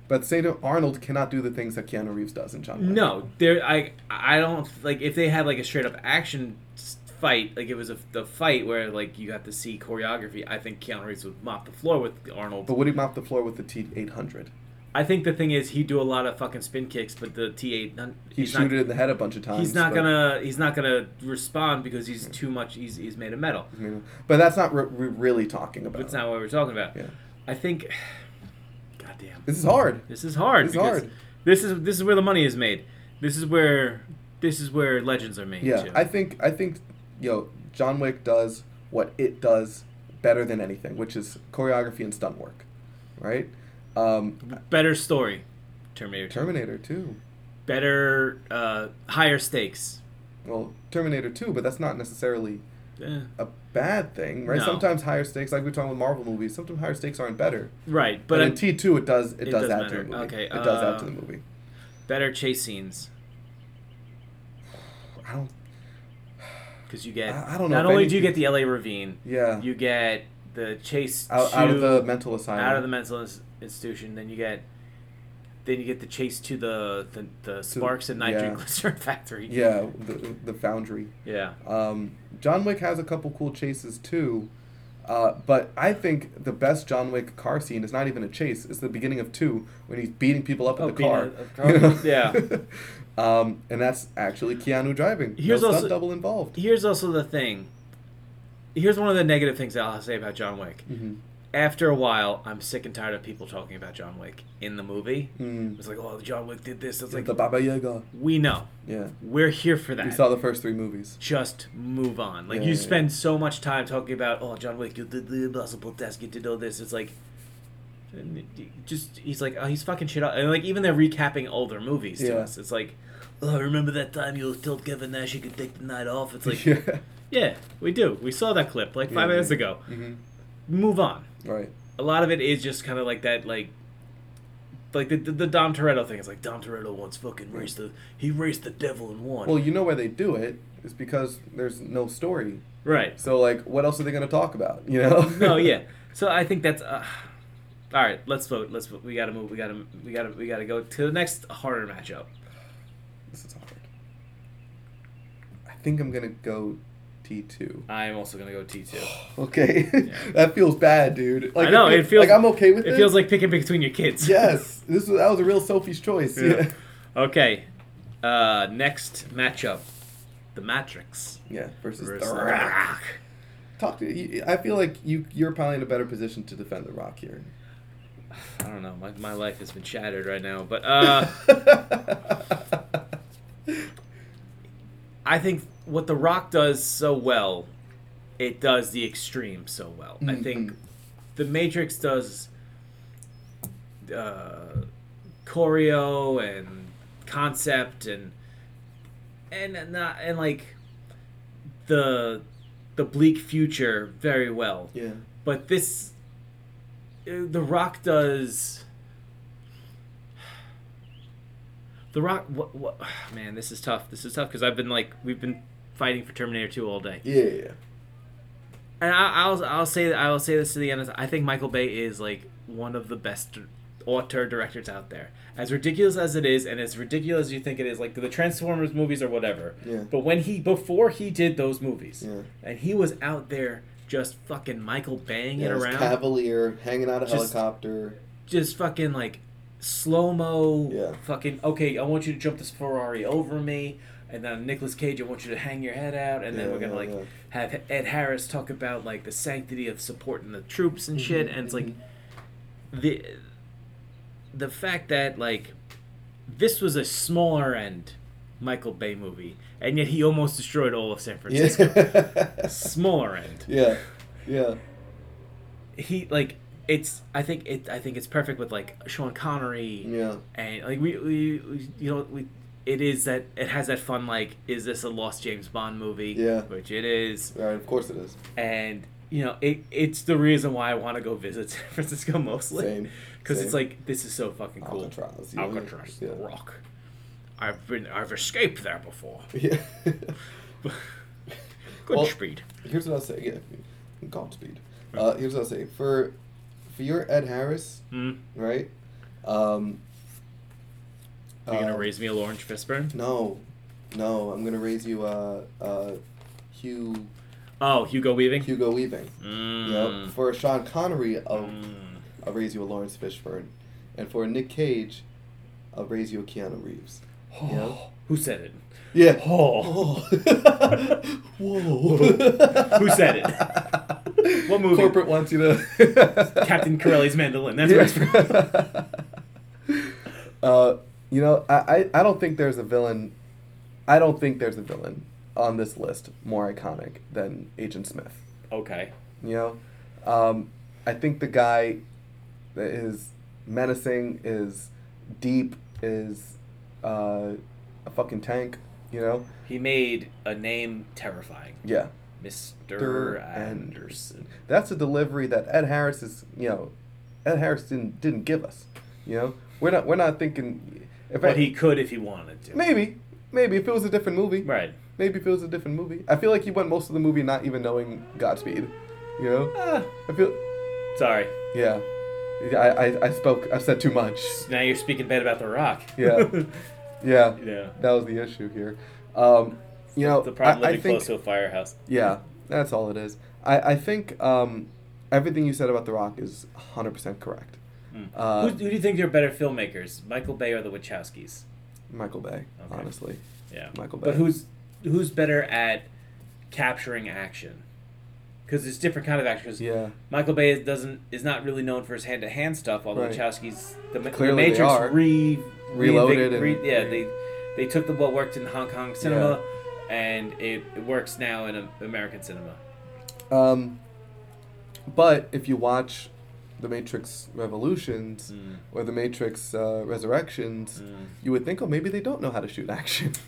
B: But say to Arnold cannot do the things that Keanu Reeves does in John Wick.
C: No, there. I I don't like if they had like a straight up action s- fight, like it was a the fight where like you have to see choreography. I think Keanu Reeves would mop the floor with Arnold.
B: But would he mop the floor with the T eight hundred?
C: I think the thing is he'd do a lot of fucking spin kicks, but the T eight
B: He
C: he's
B: shoot
C: not
B: it in the head a bunch of times.
C: he's not
B: but,
C: gonna he's not gonna respond because he's too much. He's he's made of metal.
B: you know, but that's not what we're really talking about.
C: That's not what we're talking about.
B: Yeah.
C: I think. Goddamn.
B: This is hard.
C: This is hard.
B: This is
C: because
B: hard.
C: This is this is where the money is made. This is where this is where legends are made.
B: Yeah.
C: too.
B: I think I think yo John Wick does what it does better than anything, which is choreography and stunt work, right? Um,
C: better story. Terminator. 2.
B: Terminator two.
C: Better, uh, higher stakes.
B: Well, Terminator two, but that's not necessarily
C: Eh,
B: a bad thing, right?
C: No.
B: Sometimes higher stakes, like we're talking with Marvel movies, sometimes higher stakes aren't better.
C: right,
B: But
C: but
B: in
C: I'm-
B: T two, it does it,
C: it
B: does
C: does
B: add to
C: matter.
B: the movie.
C: Okay,
B: it does add
C: uh,
B: to the movie.
C: better chase scenes
B: I don't.
C: because you get.
B: I- I don't know
C: Not
B: if
C: only
B: any-
C: do you get the L.A. Ravine,
B: Yeah.
C: you get the chase
B: out,
C: to,
B: out of the mental asylum.
C: out of the mental ins- institution. Then you get. Then you get the chase to the the, the sparks and
B: yeah.
C: nitroglycerin factory.
B: yeah, the, the foundry.
C: Yeah.
B: Um, John Wick has a couple cool chases too, uh, but I think the best John Wick car scene is not even a chase. It's the beginning of two when he's beating people up
C: Oh,
B: in the
C: beating
B: car.
C: up car- yeah.
B: um, and that's actually Keanu driving.
C: Here's
B: no stunt
C: also-
B: double involved.
C: Here's also the thing. Here's one of the negative things that I'll say about John Wick.
B: Mm-hmm.
C: After a while, I'm sick and tired of people talking about John Wick in the movie.
B: Mm.
C: It's like, oh, John Wick did this. It's like,
B: the Baba Yaga.
C: we know.
B: Yeah.
C: We're here for that.
B: We saw the first three movies.
C: Just move on. Like,
B: Yeah,
C: you
B: yeah,
C: spend so much time talking about, oh, John Wick, you did the impossible task, you did all this. It's like, just, he's like, oh, he's fucking shit up. And, like, even they're recapping older movies
B: Yeah.
C: to us. It's like, oh, remember that time you told Kevin Nash he could take the night off? It's like,
B: yeah.
C: yeah, we do. We saw that clip like five
B: Yeah,
C: minutes
B: yeah.
C: ago.
B: Mhm.
C: Move on.
B: Right.
C: A lot of it is just kind of like that, like, like the, the the Dom Toretto thing. It's like Dom Toretto once fucking raced the he raced the devil and won.
B: Well, you know why they do it is because there's no story.
C: right.
B: So like, what else are they gonna talk about? You know?
C: No, yeah. So I think that's. Uh, all right, let's vote. Let's vote. We gotta move. We gotta. We gotta. We gotta go to the next harder matchup.
B: this is hard. I think I'm gonna go T two.
C: I'm also gonna go T two.
B: Okay, that feels bad, dude. Like
C: I know
B: fe-
C: it feels
B: like I'm okay with
C: it.
B: it.
C: feels like picking between your kids.
B: yes. This was that was a real Sophie's choice. Yeah.
C: Yeah. Okay. Uh, next matchup, The Matrix.
B: Yeah, Versus,
C: versus
B: the
C: The
B: Rock.
C: Rock.
B: Talk to you, I feel like you you're probably in a better position to defend the Rock here.
C: I don't know. My, my uh, life has been shattered right now, but uh, I think what The Rock does so well, it does the extreme so well. I think The Matrix does uh, choreo and concept and and and not, and like the the bleak future very well.
B: Yeah.
C: But this, uh, The Rock does. The Rock, what, what, man, this is tough. This is tough because I've been like, we've been fighting for Terminator Two all day,
B: Yeah. yeah, yeah.
C: and I, I'll I'll say that I'll say this to the end. is I think Michael Bay is like one of the best dir- auteur directors out there. As ridiculous as it is, and as ridiculous as you think it is, like the Transformers movies or whatever.
B: Yeah.
C: But when he before he did those movies,
B: Yeah.
C: and he was out there just fucking Michael Baying
B: Yeah,
C: it
B: this
C: around,
B: Cavalier hanging out a
C: Just-
B: helicopter.
C: just fucking like slow mo.
B: Yeah.
C: Fucking okay. I want you to jump this Ferrari over me, and then Nicolas Cage. I want you to hang your head out, and then
B: Yeah,
C: we're gonna
B: yeah,
C: like
B: yeah.
C: have Ed Harris talk about like the sanctity of supporting the troops
B: Mm-hmm,
C: and shit. And it's like the the fact that like this was a smaller end Michael Bay movie, and yet he almost destroyed all of San Francisco.
B: Yeah.
C: Smaller end
B: yeah. Yeah.
C: he like it's I think it I think it's perfect with like Sean Connery
B: Yeah.
C: and like we, we, we you know we it is that it has that fun like is this a lost James Bond movie
B: Yeah.
C: which it is
B: All right, of course it is.
C: and you know it it's the reason why I want to go visit San Francisco mostly
B: Same,
C: because it's
B: same.
C: like this is so fucking cool
B: Alcatraz, yeah.
C: Alcatraz the
B: Yeah.
C: rock I've been I've escaped there before
B: Yeah.
C: good
B: Well-
C: speed
B: here's what I'll say. Yeah. Godspeed. Uh, here's what I'll say. For for your Ed Harris,
C: mm.
B: right? Um,
C: you gonna
B: uh,
C: raise me a Lawrence Fishburne
B: No, no. I'm gonna raise you, uh, uh, Hugh
C: oh Hugo Weaving
B: Hugo Weaving.
C: mm.
B: Yep. For Sean Connery, I'll,
C: Mm.
B: I'll raise you a Lawrence Fishburne, and for Nick Cage, I'll raise you a Keanu Reeves. Yeah.
C: Who said it?
B: Yeah.
C: Oh.
B: Whoa.
C: Who said
B: it?
C: What movie?
B: Corporate wants you to.
C: Captain Corelli's mandolin. That's where it's from.
B: Yeah. uh, you know, I, I, I don't think there's a villain. I don't think there's a villain on this list more iconic than Agent Smith.
C: Okay.
B: You know, um, I think the guy that is menacing, is deep, is uh, a fucking tank. You know,
C: He made a name terrifying.
B: yeah.
C: Mr. Anderson.
B: That's a delivery that Ed Harris is, you know, Ed Harris didn't didn't give us. You know, we're not we're not thinking. If
C: But
B: I-
C: he could if he wanted to.
B: maybe maybe if it was a different movie,
C: Right.
B: maybe if it was a different movie. I feel like he went most of the movie not even knowing Godspeed. You know,
C: Ah,
B: I feel
C: sorry.
B: yeah. Yeah, I, I, I spoke I said too much.
C: Now you're speaking bad about The Rock.
B: Yeah. Yeah,
C: yeah.
B: that was the issue here. Um, you know,
C: The problem
B: I, I
C: living
B: think
C: close to a firehouse.
B: Yeah, that's all it is. I, I think um, everything you said about The Rock is 100% correct.
C: Mm.
B: Uh,
C: who, who do you think are better filmmakers, Michael Bay or the Wachowskis?
B: Michael Bay, honestly.
C: Yeah.
B: Michael
C: But
B: Bay.
C: who's who's better at capturing action? Because it's different kind of action. 'cause
B: Yeah.
C: Michael Bay is, doesn't is not really known for his hand to hand stuff. Although
B: Right.
C: Wachowski's the, Ma- the
B: Clearly they
C: Matrix
B: are.
C: re
B: Reloaded
C: reinvig- re-
B: and-
C: yeah they they took the what worked in Hong Kong cinema, and it, it works now in um, American cinema.
B: Um, but if you watch The Matrix Revolutions
C: Mm.
B: or The Matrix uh, Resurrections, you would think, oh, maybe they don't know how to shoot action.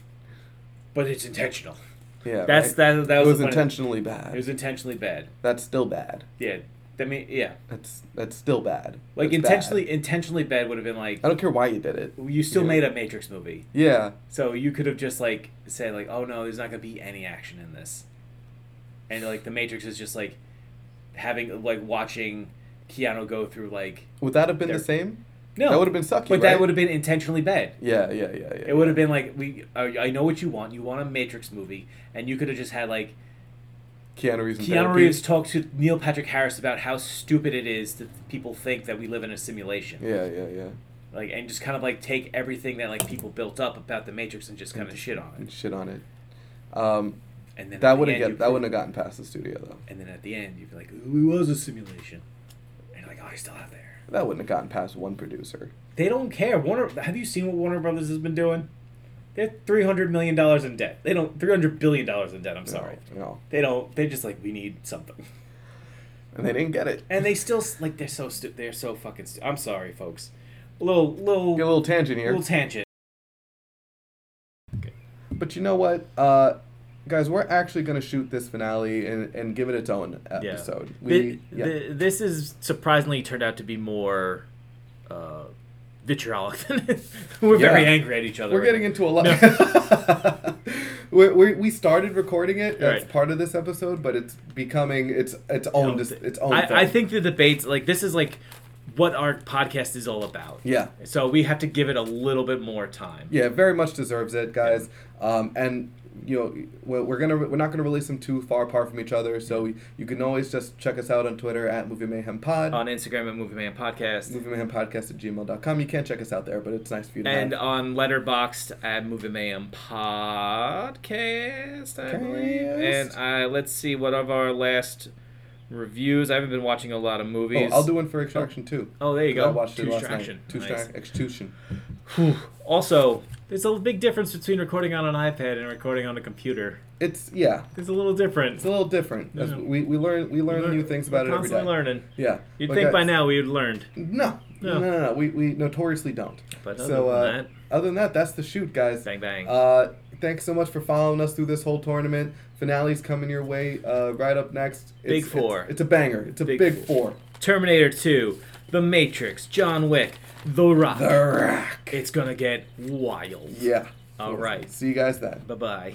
C: But it's intentional.
B: yeah.
C: That's
B: right?
C: that that
B: It
C: was,
B: was
C: the funny-
B: intentionally
C: It
B: bad.
C: was intentionally bad.
B: that's still bad.
C: Yeah, I mean yeah,
B: That's that's still bad. That's
C: like
B: bad.
C: intentionally intentionally bad would have been like
B: I don't care why you did it.
C: you still
B: Yeah.
C: made a Matrix movie,
B: Yeah.
C: so you could have just like said like oh no, there's not gonna be any action in this, and like the Matrix is just like having like watching Keanu go through like
B: Would that have been the
C: There-
B: same?
C: no
B: That would have been sucky.
C: but that
B: right?
C: would have been intentionally bad.
B: Yeah, yeah, yeah, yeah.
C: It would have been like we I I know what you want. You want a Matrix movie, and you could have just had like
B: Keanu Reeves. in
C: Keanu
B: therapy.
C: Reeves talk to Neil Patrick Harris about how stupid it is that people think that we live in a simulation.
B: Yeah, yeah, yeah.
C: like and just kind of like take everything that like people built up about the Matrix and just kind of shit on
B: And
C: it.
B: shit on it. Um,
C: And then at
B: that
C: the
B: wouldn't
C: end, you
B: get that
C: prove-
B: wouldn't have gotten past the studio though.
C: And then at the end, you'd be like, "It was a simulation," and you're like, "Oh, he's still out there."
B: That wouldn't have gotten past one producer.
C: They don't care. Warner, have you seen what Warner Brothers has been doing?
D: They're three hundred million dollars in debt. They don't three hundred billion dollars in debt. I'm sorry.
B: No.
D: They don't. They're just like we need something,
B: And they didn't get it.
D: and they still s- like they're so stu- they're so fucking. Stu- I'm sorry, folks. Little little
B: Get a little tangent here.
D: little tangent.
B: But you know what, uh, guys, we're actually gonna shoot this finale and, and give it its own
C: Yeah.
B: episode.
C: Thi-
B: We yeah.
C: thi- this is surprisingly turned out to be more uh, vitriolic than
D: We're very
B: Yeah.
D: angry at each other.
B: we're
D: right
B: getting
D: now.
B: into a lot. we we we started recording it. That's
C: Right.
B: part of this episode, but it's becoming its its own dis- its own. thing.
C: I, I think the debates like this is like what our podcast is all about.
B: Yeah.
C: So we have to give it a little bit more time.
B: Yeah, very much deserves it, guys. Um, and you know, we're, we're gonna we're not gonna release them too far apart from each other. So you can always just check us out on Twitter at Movie Mayhem Pod,
C: On Instagram at Movie Man Podcast.
B: Movie Mayhem Podcast at gmail.com. You can check us out there, but it's nice for you to
C: And
B: have.
C: on Letterboxd at Movie Mayhem Podcast, I believe. And
B: Cast.
C: I, let's see, what of our last reviews? I haven't been watching a lot of
B: Oh,
C: movies.
B: I'll do one for Extraction too.
C: Oh, there you go.
B: I watched it last night.
C: Extraction.
B: Two
C: Nice.
B: star Extution.
C: Whew. Also, there's a big difference between recording on an iPad and recording on a computer.
B: It's yeah,
C: It's a little different.
B: it's a little different. That's-
C: Yeah.
B: We we learn we learn
C: Learn-
B: new things about it
C: we're
B: every day.
C: constantly learning.
B: Yeah,
C: You'd
B: But
C: think by
B: guys-
C: now we had learned.
B: No,
C: No.
B: no, no, no. We we notoriously don't.
C: But
B: so
C: other
B: uh,
C: than
B: other than that, that's the shoot, guys.
C: Bang, bang.
B: Uh, thanks so much for following us through this whole tournament. Finale's coming your way uh, right up next. It's,
C: Big
B: it's-
C: four.
B: It's, a banger. It's a
C: Big
B: big,
C: four.
B: four.
C: Terminator 2, The Matrix, John Wick, The Rock.
B: The Rock.
C: It's gonna get wild.
B: Yeah.
C: All right.
B: See you guys then.
C: Bye bye.